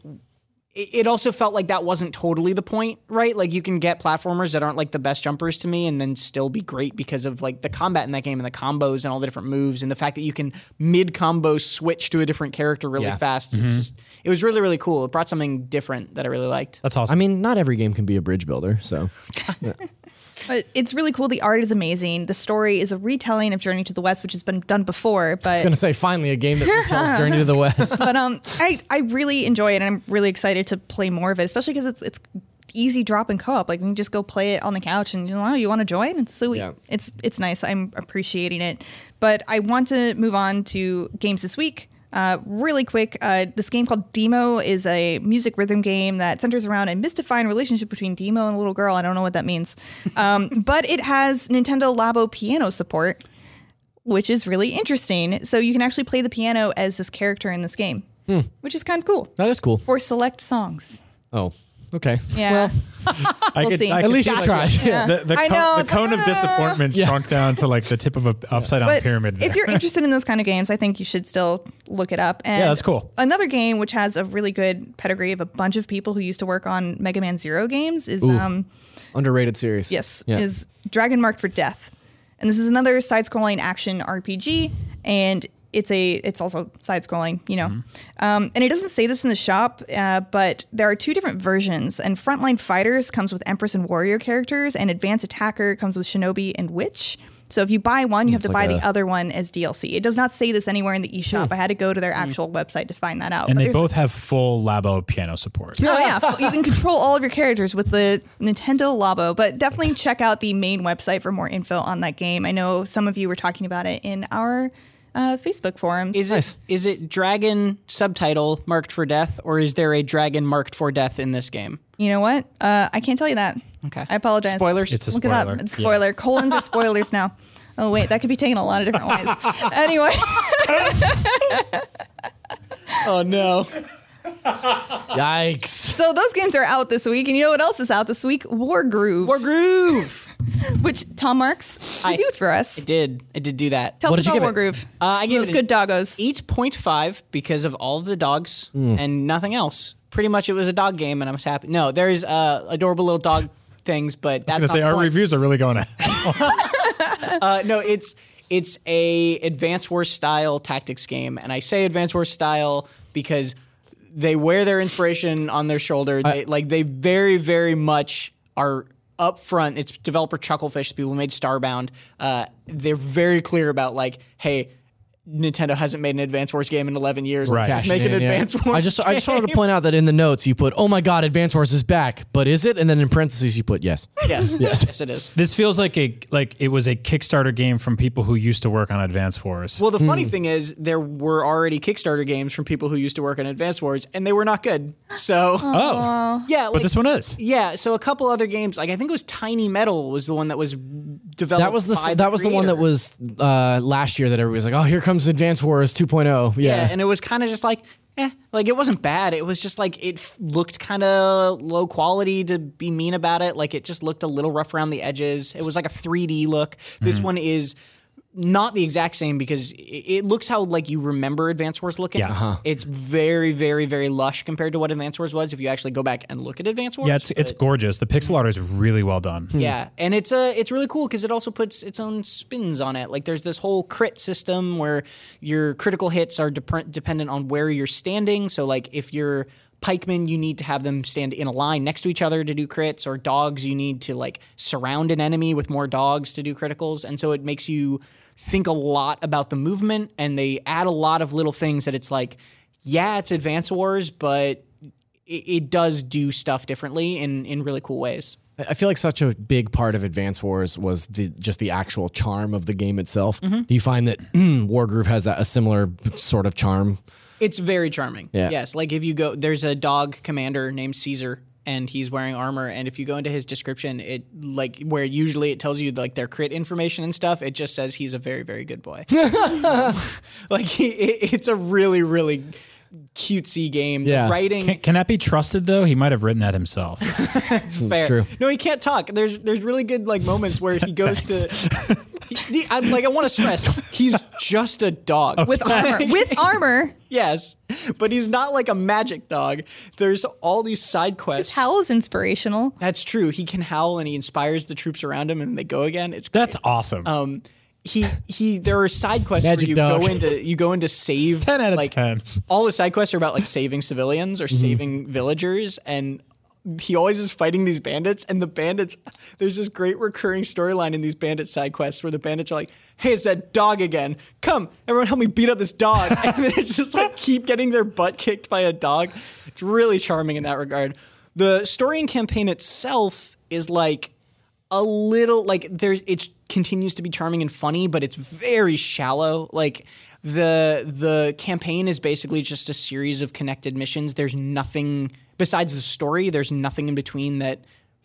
Speaker 2: it, it also felt like that wasn't totally the point, right? Like you can get platformers that aren't like the best jumpers to me and then still be great because of like the combat in that game and the combos and all the different moves and the fact that you can mid combo switch to a different character really fast. It's just it was really really cool. It brought something different that I really liked.
Speaker 4: That's awesome.
Speaker 5: I mean, not every game can be a bridge builder, so
Speaker 3: but it's really cool. The art is amazing. The story is a retelling of Journey to the West, which has been done before.
Speaker 5: I was
Speaker 3: But
Speaker 5: going to say finally a game that tells
Speaker 3: [LAUGHS]
Speaker 5: Journey to the West.
Speaker 3: but um, I I really enjoy it, and I'm really excited to play more of it, especially because it's it's easy drop and co-op. Like you can just go play it on the couch, and you know, oh, you want to join? It's so
Speaker 5: Yeah.
Speaker 3: it's it's nice. I'm appreciating it, but I want to move on to games this week. Uh, really quick, uh, this game called Demo is a music rhythm game that centers around a mystifying relationship between Demo and a little girl. I don't know what that means, um, [LAUGHS] but it has Nintendo Labo piano support, which is really interesting. So you can actually play the piano as this character in this game,
Speaker 4: Hmm.
Speaker 3: which is kind of cool
Speaker 5: that is cool.
Speaker 3: for select songs.
Speaker 5: Oh, okay.
Speaker 3: Yeah. [LAUGHS]
Speaker 4: I
Speaker 3: we'll see. At
Speaker 5: At least you
Speaker 4: see-
Speaker 5: tried.
Speaker 4: The, the,
Speaker 3: I
Speaker 4: cone-
Speaker 3: know,
Speaker 4: the
Speaker 3: it's
Speaker 4: cone
Speaker 3: like,
Speaker 4: of disappointment shrunk down to like the tip of a
Speaker 2: [LAUGHS]
Speaker 4: upside down
Speaker 3: but
Speaker 4: pyramid.
Speaker 3: if
Speaker 4: [LAUGHS]
Speaker 3: you're interested in those kind of games, I think you should still look it up. And
Speaker 4: Yeah, that's cool.
Speaker 3: Another game which has a really good pedigree of a bunch of people who used to work on Mega Man Zero games is um
Speaker 5: Underrated series.
Speaker 3: yes
Speaker 5: Yeah.
Speaker 3: is Dragon Marked for Death, and this is another side-scrolling action RPG, and it's a it's also side-scrolling, you know. Um, and it doesn't say this in the shop, uh, but there are two different versions. And Frontline Fighters comes with Empress and Warrior characters, and Advanced Attacker comes with Shinobi and Witch. So if you buy one, you have to buy
Speaker 5: like
Speaker 3: the other one as DLC. It does not say this anywhere in the eShop. I had to go to their actual website to find that out.
Speaker 4: and
Speaker 3: But
Speaker 4: they
Speaker 3: there's-
Speaker 4: both have full Labo piano support.
Speaker 3: Oh yeah, you can control all of your characters with the Nintendo Labo. But definitely check out the main website for more info on that game. I know some of you were talking about it in our uh, Facebook forums.
Speaker 2: Is it is it dragon subtitle marked for death, or is there a dragon marked for death in this game?
Speaker 3: you know what? Uh, I can't tell you that.
Speaker 2: Okay.
Speaker 3: I apologize.
Speaker 2: Spoilers?
Speaker 4: It's a
Speaker 3: Look it up.
Speaker 4: spoiler.
Speaker 3: It's
Speaker 4: Yeah.
Speaker 3: spoiler. Colons are spoilers now.
Speaker 4: [LAUGHS]
Speaker 3: Oh wait, that could be taken a lot of different ways. anyway, [LAUGHS]
Speaker 2: Oh no!
Speaker 5: Yikes.
Speaker 3: so those games are out this week, and you know what else is out this week? War Groove,
Speaker 2: War groove.
Speaker 3: which Tom Marks
Speaker 2: I-
Speaker 3: reviewed for us.
Speaker 2: [LAUGHS] I did. I did do that.
Speaker 3: Tell
Speaker 5: What
Speaker 3: us
Speaker 5: did you
Speaker 3: about
Speaker 5: give
Speaker 3: War
Speaker 5: it?
Speaker 3: Groove.
Speaker 2: Uh, I gave
Speaker 3: those
Speaker 2: it
Speaker 3: good doggos.
Speaker 2: eight point five because of all the dogs
Speaker 4: Hmm.
Speaker 2: and nothing else. Pretty much, it was a dog game, and I was happy. No, there's uh, adorable little dog things, but
Speaker 4: I'm
Speaker 2: that's
Speaker 4: gonna say
Speaker 2: not the
Speaker 4: our
Speaker 2: point.
Speaker 4: reviews are really going. to
Speaker 2: Uh, no, it's it's a Advance Wars style tactics game, and I say Advance Wars style because they wear their inspiration on their shoulder. They, like they very very much are up front. It's developer Chucklefish, the people who made Starbound. Uh, they're very clear about like, hey. Nintendo hasn't made an Advance Wars game in 11 years.
Speaker 4: Right.
Speaker 2: Let's just
Speaker 5: Cash
Speaker 2: make
Speaker 5: it in,
Speaker 2: an
Speaker 5: yeah.
Speaker 2: Advance Wars.
Speaker 5: I just I just wanted to
Speaker 2: game.
Speaker 5: point out that in the notes you put, "Oh my God, Advance Wars is back," but is it? And then in parentheses you put, "Yes."
Speaker 2: [LAUGHS]
Speaker 5: [LAUGHS]
Speaker 2: Yes, yes, yes, it is.
Speaker 4: [LAUGHS] This feels like a like it was a Kickstarter game from people who used to work on Advance Wars.
Speaker 2: Well, the
Speaker 5: Hmm.
Speaker 2: funny thing is, there were already Kickstarter games from people who used to work on Advance Wars, and they were not good. So,
Speaker 4: oh,
Speaker 2: [LAUGHS] yeah, like,
Speaker 4: but this one is.
Speaker 2: yeah. So a couple other games, like I think it was Tiny Metal, was the one that was developed.
Speaker 5: That was the
Speaker 2: by
Speaker 5: that was the one that
Speaker 2: creator.
Speaker 5: was uh, last year that everybody was like, "Oh, here comes Advance Wars 2.0."
Speaker 2: Yeah,
Speaker 5: Yeah.
Speaker 2: and it was kind of just like, eh, like it wasn't bad. It was just like it f- looked kind of low quality to be mean about it. Like it just looked a little rough around the edges. It was like a 3D look.
Speaker 5: Mm-hmm.
Speaker 2: This one is not the exact same because it, it looks how like you remember Advance Wars looking.
Speaker 4: Yeah. Uh-huh.
Speaker 2: It's very, very, very lush compared to what Advance Wars was. If you actually go back and look at Advance Wars,
Speaker 4: Yeah, it's it's gorgeous. The pixel art is really well done.
Speaker 2: yeah, and it's uh, it's really cool because it also puts its own spins on it. Like there's this whole crit system where your critical hits are dep- dependent on where you're standing. So like if you're pikemen, you need to have them stand in a line next to each other to do crits, or dogs, you need to like surround an enemy with more dogs to do criticals, and so it makes you think a lot about the movement, and they add a lot of little things that it's like, yeah, it's Advance Wars, but it, it does do stuff differently in in really cool ways.
Speaker 5: I feel like such a big part of Advance Wars was the just the actual charm of the game itself.
Speaker 2: Mm-hmm.
Speaker 5: Do you find that [CLEARS THROAT] Wargroove has that a similar sort of charm?
Speaker 2: It's very charming.
Speaker 5: Yeah.
Speaker 2: Yes. Like if you go, there's a dog commander named Caesar, and he's wearing armor. And if you go into his description, it like where usually it tells you like their crit information and stuff. It just says he's a very very good
Speaker 5: [LAUGHS]
Speaker 2: boy. [LAUGHS] like he, it, it's a really really cutesy game.
Speaker 5: Yeah.
Speaker 2: The writing.
Speaker 4: Can, can that be trusted though? He might have written that
Speaker 2: [LAUGHS]
Speaker 4: himself.
Speaker 2: fair.
Speaker 5: true.
Speaker 2: No, he can't talk. There's there's really good like moments where he goes
Speaker 5: [LAUGHS]
Speaker 2: to. [LAUGHS] He- he- I'm like I want to stress he's just a dog
Speaker 3: with armor. With armor,
Speaker 2: Yes, but he's not like a magic dog. There's all these side
Speaker 3: his
Speaker 2: quests.
Speaker 3: howl is inspirational.
Speaker 2: That's true. He can howl and he inspires the troops around him, and they go again. It's
Speaker 4: That's awesome.
Speaker 2: um, he he. There are side quests
Speaker 5: Magic
Speaker 2: where you
Speaker 5: dog.
Speaker 2: go into you go into save
Speaker 4: 10 out of
Speaker 2: like,
Speaker 4: 10.
Speaker 2: All the side quests are about like saving civilians or saving villagers, and he always is fighting these bandits. And the bandits, there's this great recurring storyline in these bandit side quests where the bandits are like, "Hey, it's that dog again! Come, everyone, help me beat up this dog!" [LAUGHS] and then it's just like keep getting their butt kicked by a dog. It's really charming in that regard. The story and campaign itself is like a little like there's it continues to be charming and funny, but it's very shallow. Like the the campaign is basically just a series of connected missions. There's nothing besides the story. There's nothing in between that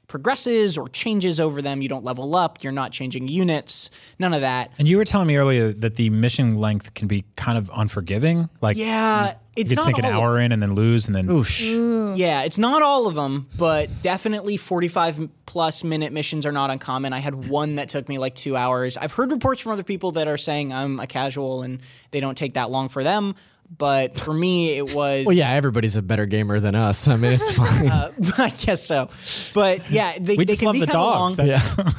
Speaker 2: progresses or changes over them. You don't level up. You're not changing units. None of that.
Speaker 4: and you were telling me earlier that the mission length can be kind of unforgiving. Like
Speaker 2: Yeah,
Speaker 4: you
Speaker 2: it's
Speaker 4: could
Speaker 2: not
Speaker 4: sink an
Speaker 2: all-
Speaker 4: hour in and then lose and then Hmm.
Speaker 2: Yeah, it's not all of them, but definitely 45 plus minute missions are not uncommon. I had one that took me like two hours. I've heard reports from other people that are saying I'm a casual and they don't take that long for them. But for me, it was.
Speaker 5: Well, yeah, everybody's a better gamer than us. I mean, it's fine.
Speaker 2: [LAUGHS] I guess so. But yeah, they,
Speaker 4: we
Speaker 2: they
Speaker 4: just
Speaker 2: can
Speaker 4: love
Speaker 2: be
Speaker 4: the
Speaker 2: kinda
Speaker 4: dogs.
Speaker 2: long.
Speaker 4: That's-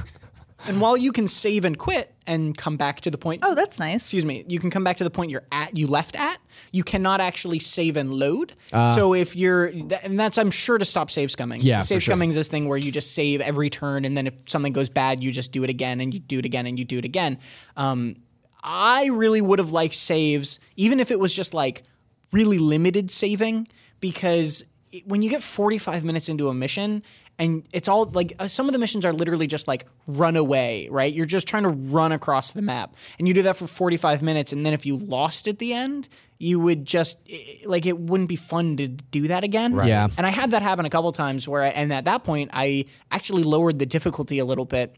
Speaker 2: And while you can save and quit and come back to the point.
Speaker 3: Oh, that's nice.
Speaker 2: excuse me, you can come back to the point you're at, you left at. You cannot actually save and load. so if you're, th- and that's I'm sure to stop save scumming.
Speaker 5: Ah. Yeah, for
Speaker 2: save
Speaker 5: sure.
Speaker 2: scumming is this thing where you just save every turn, and then if something goes bad, you just do it again, and you do it again, and you do it again. Um, I really would have liked saves, even if it was just like really limited saving, because it- when you get 45 minutes into a mission. And it's all like uh, some of the missions are literally just like run away, right? You're just trying to run across the map. And you do that for 45 minutes. And then if you lost at the end, you would just i- like it wouldn't be fun to do that again. Right.
Speaker 5: Yeah.
Speaker 2: And I had that happen a couple times where, I, and at that point, I actually lowered the difficulty a little bit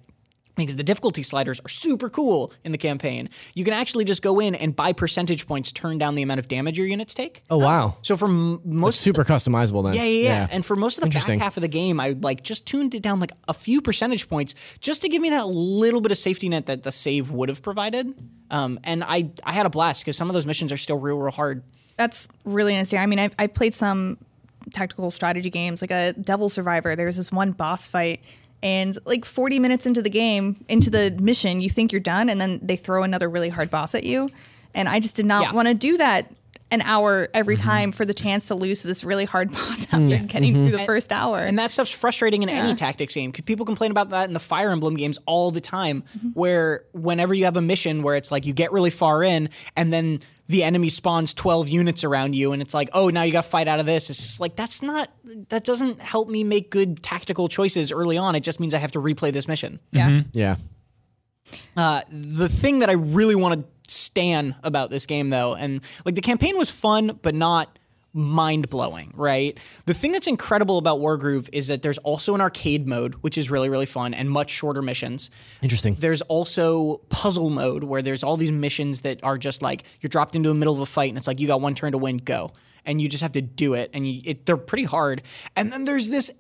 Speaker 2: because the difficulty sliders are super cool in the campaign. You can actually just go in and by percentage points turn down the amount of damage your units take.
Speaker 5: oh wow,
Speaker 2: So for m- most
Speaker 5: super customizable then.
Speaker 2: uh, yeah, yeah, yeah. And for most of the
Speaker 5: Interesting.
Speaker 2: back half of the game, I like just tuned it down like a few percentage points just to give me that little bit of safety net that the save would have provided. Um, and I, I had a blast because some of those missions are still real, real hard.
Speaker 3: That's really nice. to hear. I mean, I, I played some tactical strategy games, like a Devil Survivor. There was this one boss fight, and like 40 minutes into the game, into the mission, you think you're done, and then they throw another really hard boss at you. And I just did not
Speaker 2: Yeah.
Speaker 3: want to do that. an hour every time for the chance to lose to this really hard [LAUGHS] boss after getting through the first hour.
Speaker 2: And that stuff's frustrating in any tactics game. 'Cause People complain about that in the Fire Emblem games all the time, where whenever you have a mission where it's like you get really far in and then the enemy spawns 12 units around you and it's like, oh, now you got to fight out of this. It's just like, that's not, that doesn't help me make good tactical choices early on. It just means I have to replay this mission.
Speaker 3: yeah.
Speaker 5: Yeah.
Speaker 2: Uh, the thing that I really want to stan about this game, though, and like the campaign was fun, but not mind blowing, right? The thing that's incredible about Wargroove is that there's also an arcade mode, which is really, really fun and much shorter missions.
Speaker 5: Interesting.
Speaker 2: There's also puzzle mode where there's all these missions that are just like you're dropped into the middle of a fight and it's like you got one turn to win, go. And you just have to do it. And you, it, they're pretty hard. And then there's this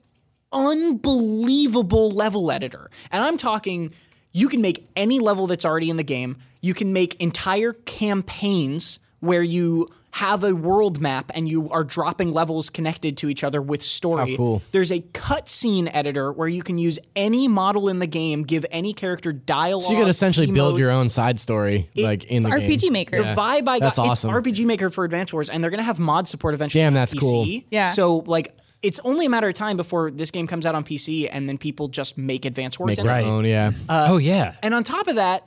Speaker 2: unbelievable level editor. And I'm talking you can make any level that's already in the game. You can make entire campaigns where you have a world map and you are dropping levels connected to each other with story.
Speaker 5: cool.
Speaker 2: There's a cutscene editor where you can use any model in the game, give any character dialogue.
Speaker 5: So you could essentially build
Speaker 2: emotes,
Speaker 5: your own side story, like in the game.
Speaker 3: RPG Maker.
Speaker 2: the vibe I
Speaker 5: That's
Speaker 2: got.
Speaker 5: awesome.
Speaker 2: It's RPG Maker for Advance Wars, and they're gonna have mod support eventually.
Speaker 5: Damn,
Speaker 2: on
Speaker 5: that's
Speaker 2: PC.
Speaker 5: cool.
Speaker 3: Yeah.
Speaker 2: So like, it's only a matter of time before this game comes out on PC, and then people just make Advance Wars.
Speaker 5: Make
Speaker 2: in it.
Speaker 5: their
Speaker 4: Right.
Speaker 5: own, yeah.
Speaker 4: oh yeah.
Speaker 2: Uh, And on top of that,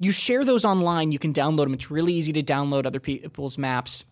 Speaker 2: you share those online. You can download them. It's really easy to download other people's maps.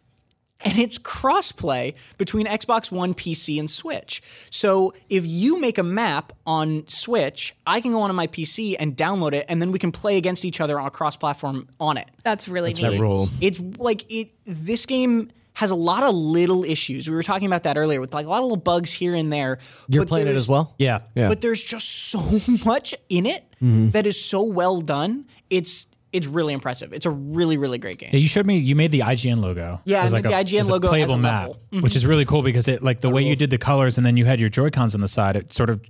Speaker 2: And it's crossplay between Xbox One, PC, and Switch. So if you make a map on Switch, I can go onto my PC and download it, and then we can play against each other on a cross platform on it.
Speaker 3: That's really neat.
Speaker 5: that rule.
Speaker 2: It's like it. This game has a lot of little issues. We were talking about that earlier with like a lot of little bugs here and there.
Speaker 5: You're
Speaker 2: but
Speaker 5: playing it
Speaker 2: there's-
Speaker 5: as well?
Speaker 4: Yeah.
Speaker 5: Yeah. Mm-hmm.
Speaker 2: but there's just so [LAUGHS] much in it that is so well done. It's it's really impressive. It's a really really great game.
Speaker 4: Yeah, you showed me. You made the IGN logo.
Speaker 2: Yeah, I
Speaker 4: as
Speaker 2: made the IGN
Speaker 4: as
Speaker 2: logo as
Speaker 4: playable
Speaker 2: a
Speaker 4: map,
Speaker 2: level. Mm-hmm.
Speaker 4: which is really cool because it like the way you did the colors and then you had your Joy Cons on the side. It sort of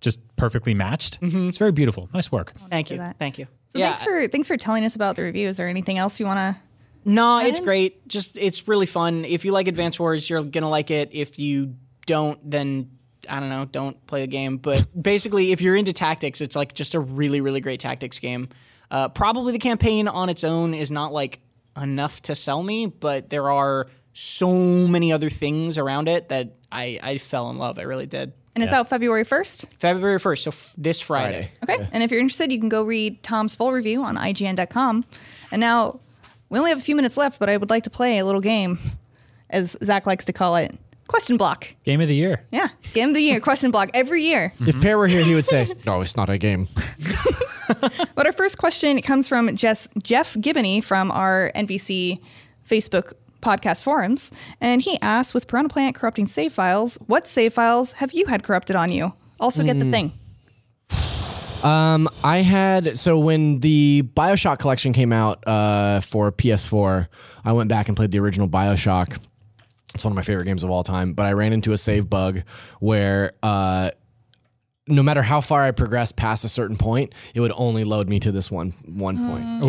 Speaker 4: just perfectly matched.
Speaker 2: Mm-hmm.
Speaker 4: It's very beautiful. Nice work.
Speaker 2: Thank you, thank you.
Speaker 3: So
Speaker 2: yeah,
Speaker 3: thanks for thanks for telling us about the review. Is there anything else you want to?
Speaker 2: no, it's great. Just it's really fun. If you like Advance Wars, you're gonna like it. If you don't, then I don't know. Don't play the game. But [LAUGHS] basically, if you're into tactics, it's like just a really really great tactics game. Uh, probably the campaign on its own is not like enough to sell me, but there are so many other things around it that I, I fell in love. I really did.
Speaker 3: And it's out February first.
Speaker 2: February 1st, so f- this Friday.
Speaker 3: Okay. And if you're interested, you can go read Tom's full review on IGN.com. And now we only have a few minutes left, but I would like to play a little game, as Zach likes to call it, question block.
Speaker 4: Game of the year.
Speaker 3: Yeah, game of the year question block every year.
Speaker 5: If Pear were here, he would say, [LAUGHS] "No, it's not a game."
Speaker 3: But our first question comes from Jess, Jeff Gibney from our NVC Facebook podcast forums. And he asks With Piranha Plant corrupting save files, what save files have you had corrupted on you? Also, get the thing.
Speaker 5: I had so when the Bioshock collection came out uh, for PS4, I went back and played the original Bioshock. It's one of my favorite games of all time. But I ran into a save bug where. Uh, no matter how far I progressed past a certain point, it would only load me to this one one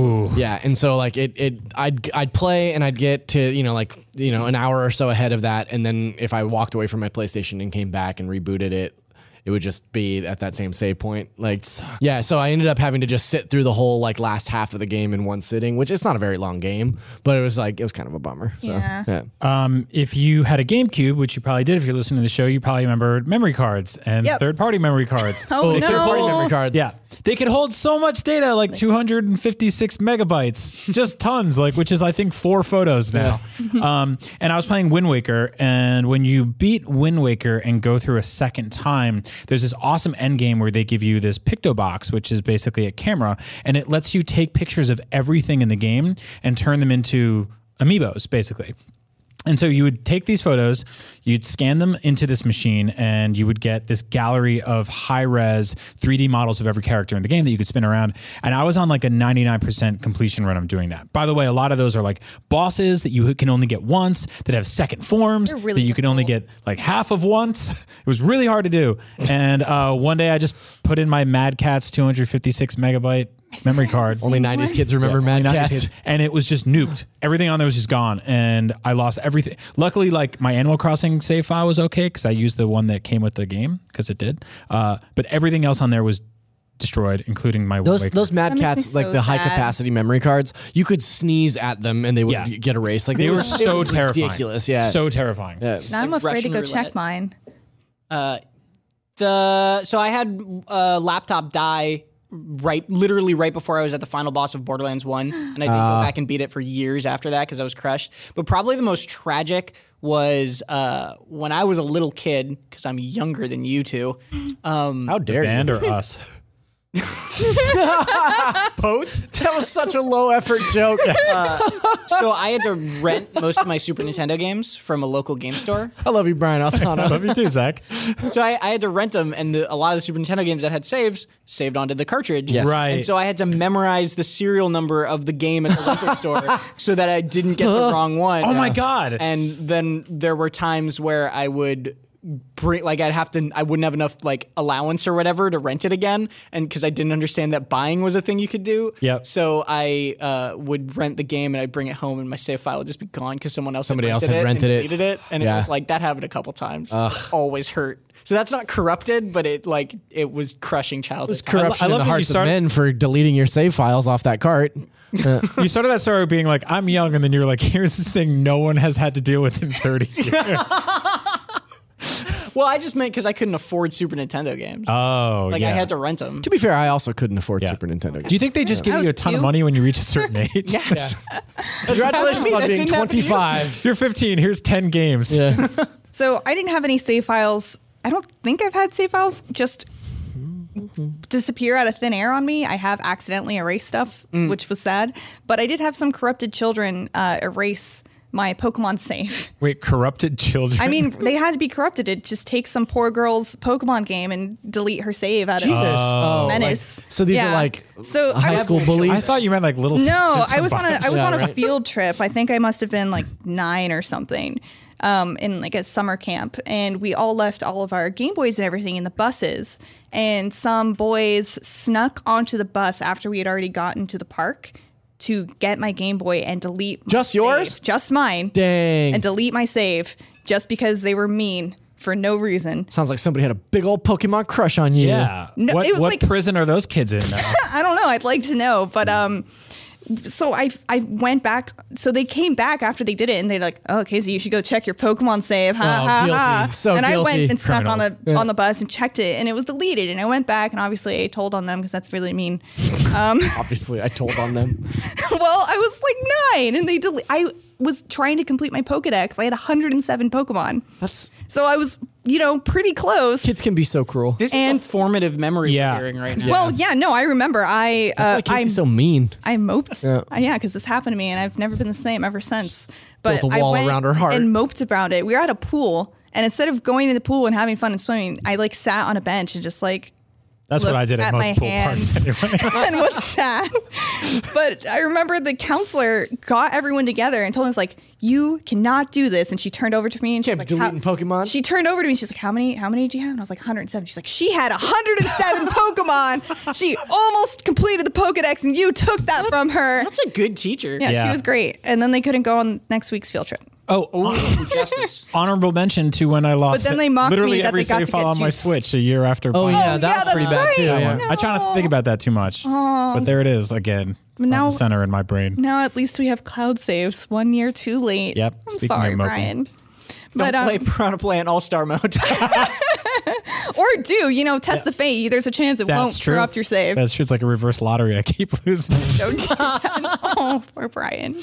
Speaker 5: point. Yeah, and so like it, it I'd I'd play and I'd get to you know like you know an hour or so ahead of that, and then if I walked away from my PlayStation and came back and rebooted it, it would just be at that same save point. Like yeah, so I ended up having to just sit through the whole like last half of the game in one sitting, which it's not a very long game, but it was like it was kind of a bummer. So,
Speaker 3: Yeah.
Speaker 5: yeah.
Speaker 4: Um, if you had a GameCube, which you probably did if you're listening to the show, you probably remembered memory cards and
Speaker 3: Yep.
Speaker 4: third party memory cards.
Speaker 3: [LAUGHS] Oh,
Speaker 5: Like, third party memory
Speaker 3: no.
Speaker 5: cards.
Speaker 4: Yeah. They could hold so much data, like 256 megabytes, just tons, like which is I think four photos now. [LAUGHS] um, and I was playing Wind Waker, and when you beat Wind Waker and go through a second time, there's this awesome end game where they give you this picto box, which is basically a camera, and it lets you take pictures of everything in the game and turn them into amiibos, basically. And so you would take these photos, you'd scan them into this machine, and you would get this gallery of high res 3D models of every character in the game that you could spin around. And I was on like a 99% completion run of doing that. By the way, a lot of those are like bosses that you can only get once, that have second forms,
Speaker 3: They're really
Speaker 4: that you can only get like half of once. [LAUGHS] It was really hard to do. And uh, one day I just put in my Mad Catz 256 megabyte memory card.
Speaker 5: Only '90s kids remember Mad
Speaker 4: United
Speaker 5: Cats.
Speaker 4: States, and it was just nuked. Everything on there was just gone, and I lost everything. Luckily, like my Animal Crossing save file was okay because I used the one that came with the game because it did. Uh, but everything else on there was destroyed, including my
Speaker 5: Those
Speaker 4: Waker.
Speaker 5: those Mad
Speaker 3: That makes me
Speaker 5: Cats, like
Speaker 3: so
Speaker 5: the high
Speaker 3: sad.
Speaker 5: capacity memory cards, you could sneeze at them and they would
Speaker 4: Yeah.
Speaker 5: get erased. Like
Speaker 4: they
Speaker 5: it
Speaker 4: were
Speaker 5: was- it
Speaker 4: so
Speaker 5: was
Speaker 4: terrifying.
Speaker 5: ridiculous. Yeah,
Speaker 4: so terrifying.
Speaker 5: yeah.
Speaker 3: Now I'm
Speaker 2: Like
Speaker 3: afraid to
Speaker 2: Russian
Speaker 3: go
Speaker 2: roulette.
Speaker 3: check mine.
Speaker 2: the so I had a laptop die right literally right before I was at the final boss of Borderlands 1 and I didn't go back and beat it for years after that cuz I was crushed. But probably the most tragic was uh, when I was a little kid cuz I'm younger than you two.
Speaker 5: How dare you?
Speaker 4: Band or
Speaker 5: [LAUGHS]
Speaker 4: us?
Speaker 5: Both? [LAUGHS] That was such a low effort joke.
Speaker 2: So I had to rent most of my Super Nintendo games from a local game store.
Speaker 5: [LAUGHS] I love
Speaker 4: [LAUGHS]
Speaker 5: you, Brian Altano.
Speaker 4: Love you too, Zach.
Speaker 2: So I, I had to rent them, and the, a lot of the Super Nintendo games that had saves saved onto the cartridge.
Speaker 5: Yes.
Speaker 4: Right.
Speaker 2: And so I had to memorize the serial number of the game at the rental store so that I didn't get the wrong one.
Speaker 4: Oh my god.
Speaker 2: And then there were times where I would bring like I'd have to I wouldn't have enough like allowance or whatever to rent it again and cuz I didn't understand that buying was a thing you could do.
Speaker 4: Yep.
Speaker 2: So I uh, would rent the game and I'd bring it home and my save file would just be gone cuz someone else
Speaker 5: Somebody
Speaker 2: had
Speaker 5: else
Speaker 2: rented
Speaker 5: had
Speaker 2: it
Speaker 5: rented
Speaker 2: and
Speaker 5: it.
Speaker 2: deleted it and
Speaker 5: Yeah.
Speaker 2: it was like that happened a couple times. It always hurt. So that's not corrupted but it like it was crushing childhood. time.
Speaker 5: Corruption
Speaker 4: I love that
Speaker 5: in the
Speaker 4: you
Speaker 5: hearts
Speaker 4: started-
Speaker 5: of men for deleting your save files off that cart.
Speaker 4: you started that story being like, I'm young, and then you're like, here's this thing no one has had to deal with in 30
Speaker 5: [LAUGHS]
Speaker 4: years.
Speaker 2: Well, I just meant cuz I couldn't afford Super Nintendo games.
Speaker 4: oh,
Speaker 2: like I had to rent them.
Speaker 5: To be fair, I also couldn't afford
Speaker 4: Yeah.
Speaker 5: Super Nintendo.
Speaker 4: Do you think they just
Speaker 3: I
Speaker 4: give you a
Speaker 3: was
Speaker 4: ton of
Speaker 3: two.
Speaker 4: money when you reach a
Speaker 2: [LAUGHS]
Speaker 4: certain age? [LAUGHS]
Speaker 2: Yes.
Speaker 5: [LAUGHS] Congratulations
Speaker 2: That
Speaker 5: on being
Speaker 2: didn't happen to
Speaker 4: [LAUGHS]
Speaker 2: you.
Speaker 5: 25.
Speaker 4: If you're 15, here's 10 games.
Speaker 5: Yeah.
Speaker 3: So I didn't have any save files. I don't think I've had save files just disappear out of thin air on me. I have accidentally erased stuff, which was sad. But I did have some corrupted children uh, erase my Pokemon save. [LAUGHS]
Speaker 4: Wait, corrupted children.
Speaker 3: I mean, they had to be corrupted. It just takes some poor girl's Pokemon game and delete her save out
Speaker 5: Jesus.
Speaker 3: of
Speaker 5: Oh, like-
Speaker 3: menace.
Speaker 5: so these
Speaker 3: Yeah.
Speaker 5: are like
Speaker 3: So I
Speaker 5: high
Speaker 3: was-
Speaker 5: school bullies.
Speaker 4: I thought you meant like
Speaker 5: [LAUGHS]
Speaker 4: little
Speaker 3: No,
Speaker 4: sisters
Speaker 3: I was
Speaker 4: from
Speaker 3: on a I was
Speaker 5: Yeah,
Speaker 3: on a
Speaker 5: right.
Speaker 3: field trip. I think I must have been like nine or something, um, in like a summer camp, and we all left all of our Game Boys and everything in the buses. And some boys snuck onto the bus after we had already gotten to the park to get my Game Boy and delete my
Speaker 5: Just yours?
Speaker 3: save. just mine,
Speaker 5: Dang.
Speaker 3: and delete my save just because they were mean for no reason.
Speaker 5: Sounds like somebody had a big old Pokemon crush on you.
Speaker 4: Yeah.
Speaker 3: No,
Speaker 4: what
Speaker 3: it was
Speaker 4: what
Speaker 3: like-
Speaker 4: prison are those kids in now?
Speaker 3: I don't know. I'd like to know, but
Speaker 5: Mm.
Speaker 3: um, so I I went back. So they came back after they did it, and they're like, "Oh, Casey, you should go check your Pokemon save." Ha
Speaker 5: Oh,
Speaker 3: ha
Speaker 5: guilty.
Speaker 3: ha!
Speaker 5: So
Speaker 3: and I
Speaker 5: guilty.
Speaker 3: went and snuck on the
Speaker 4: Criminals.
Speaker 3: on the bus and checked it, and it was deleted. And I went back, and obviously I told on them because that's really
Speaker 5: [LAUGHS]
Speaker 3: mean.
Speaker 5: Obviously, I told on them.
Speaker 3: well, I was like nine, and they del- I was trying to complete my Pokedex. I had 107 Pokemon,
Speaker 5: That's
Speaker 3: so I was you know pretty close.
Speaker 5: [LAUGHS] kids can be so cruel.
Speaker 2: This
Speaker 3: And-
Speaker 2: is a formative memory
Speaker 4: Yeah.
Speaker 2: we're hearing right now.
Speaker 3: Well, yeah, no, I remember. I
Speaker 5: That's
Speaker 3: uh,
Speaker 5: why
Speaker 3: I
Speaker 5: Casey's so mean.
Speaker 3: I moped.
Speaker 5: Yeah.
Speaker 3: Uh, Yeah, because this happened to me, and I've never been the same ever since. But
Speaker 5: Built a
Speaker 3: I
Speaker 5: wall
Speaker 3: went
Speaker 5: around her heart.
Speaker 3: and moped around it. We were at a pool, and instead of going to the pool and having fun and swimming, I like sat on a bench and just like [LAUGHS]
Speaker 4: That's what I
Speaker 3: looked
Speaker 4: did at,
Speaker 3: at my
Speaker 4: most pool
Speaker 3: hands.
Speaker 4: parties anyway.
Speaker 3: [LAUGHS]
Speaker 4: [LAUGHS]
Speaker 3: and was sad. but I remember the counselor got everyone together and told us like, "You cannot do this." And she turned over to me and she was
Speaker 5: Can't
Speaker 3: like,
Speaker 5: be
Speaker 3: "How-"
Speaker 5: deleting Pokemon.
Speaker 3: She turned over to me. She's like, "How many? How many do you have?" And I was like, "107." She's like, "She had
Speaker 5: [LAUGHS]
Speaker 3: 107 Pokemon. She almost completed the Pokedex, and you took that from her."
Speaker 2: That's a good teacher.
Speaker 3: Yeah,
Speaker 4: Yeah.
Speaker 3: she was great. And then they couldn't go on next week's field trip.
Speaker 4: Oh, hon-
Speaker 2: Justice.
Speaker 4: honorable mention to when I lost
Speaker 3: But then they mocked me
Speaker 4: literally
Speaker 3: that
Speaker 4: every
Speaker 3: they got
Speaker 4: save
Speaker 3: to
Speaker 4: file
Speaker 3: get
Speaker 4: on my
Speaker 3: juice.
Speaker 4: Switch a year after.
Speaker 5: Oh,
Speaker 4: mine.
Speaker 5: yeah,
Speaker 3: yeah,
Speaker 5: that was
Speaker 3: that's
Speaker 5: pretty bad
Speaker 3: right.
Speaker 5: too.
Speaker 3: That
Speaker 5: yeah.
Speaker 3: one.
Speaker 4: I try not to think about that too much, but there it is again, front
Speaker 3: now-
Speaker 4: and center in my brain.
Speaker 3: Now at least we have cloud saves one year too late.
Speaker 4: Yep.
Speaker 3: I'm
Speaker 4: Speaking
Speaker 3: sorry,
Speaker 4: of moping.
Speaker 3: Brian.
Speaker 2: Don't
Speaker 3: But um,
Speaker 2: play [LAUGHS] Piranha Play in All Star mode.
Speaker 3: or do you know test the fate? There's a chance it
Speaker 4: That's
Speaker 3: won't
Speaker 4: true.
Speaker 3: corrupt your save.
Speaker 4: That's true. It's like a reverse lottery. I keep [LAUGHS] losing.
Speaker 3: [LAUGHS] Don't do that. oh, poor Brian.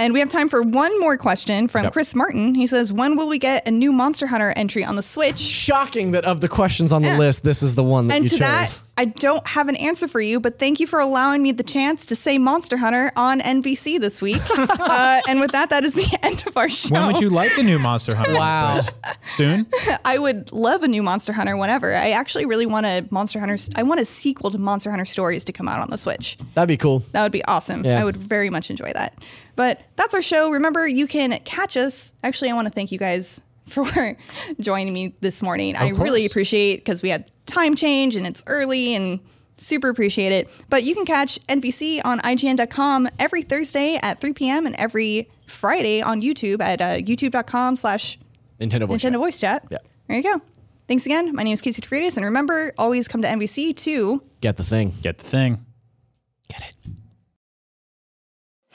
Speaker 3: And we have time for one more question from Chris Martin. He says, "When will we get a new Monster Hunter entry on the Switch?"
Speaker 5: Shocking that of the questions on the list, this is the one that
Speaker 3: And
Speaker 5: you
Speaker 3: to
Speaker 5: chose.
Speaker 3: that, I don't have an answer for you, but thank you for allowing me the chance to say Monster Hunter on NBC this
Speaker 4: [LAUGHS]
Speaker 3: week. uh, and with that, that is the [LAUGHS] end of our show.
Speaker 4: When would you like the new Monster Hunter? on
Speaker 5: Wow.
Speaker 4: Switch?
Speaker 3: [LAUGHS]
Speaker 4: Soon?
Speaker 3: I would love a new Monster Hunter whenever. I actually really want a Monster Hunter. I want a sequel to Monster Hunter Stories to come out on the Switch.
Speaker 5: [LAUGHS] That'd be cool.
Speaker 3: That would be awesome.
Speaker 5: Yeah.
Speaker 3: I would very much enjoy that. But that's our show. Remember, you can catch us. Actually, I want to thank you guys [LAUGHS] for joining me this morning. I really
Speaker 4: course.
Speaker 3: appreciate because we had time change and it's early and super appreciate it. But you can catch NBC on IGN.com every Thursday at 3 p.m. and every Friday on YouTube at uh, youtube.com slash
Speaker 5: Nintendo Voice.
Speaker 3: Nintendo voice chat.
Speaker 5: Yeah.
Speaker 3: There you go. Thanks again. My name is Casey DeFritis, and remember, always come to MVC to
Speaker 5: Get the thing.
Speaker 4: Get the thing.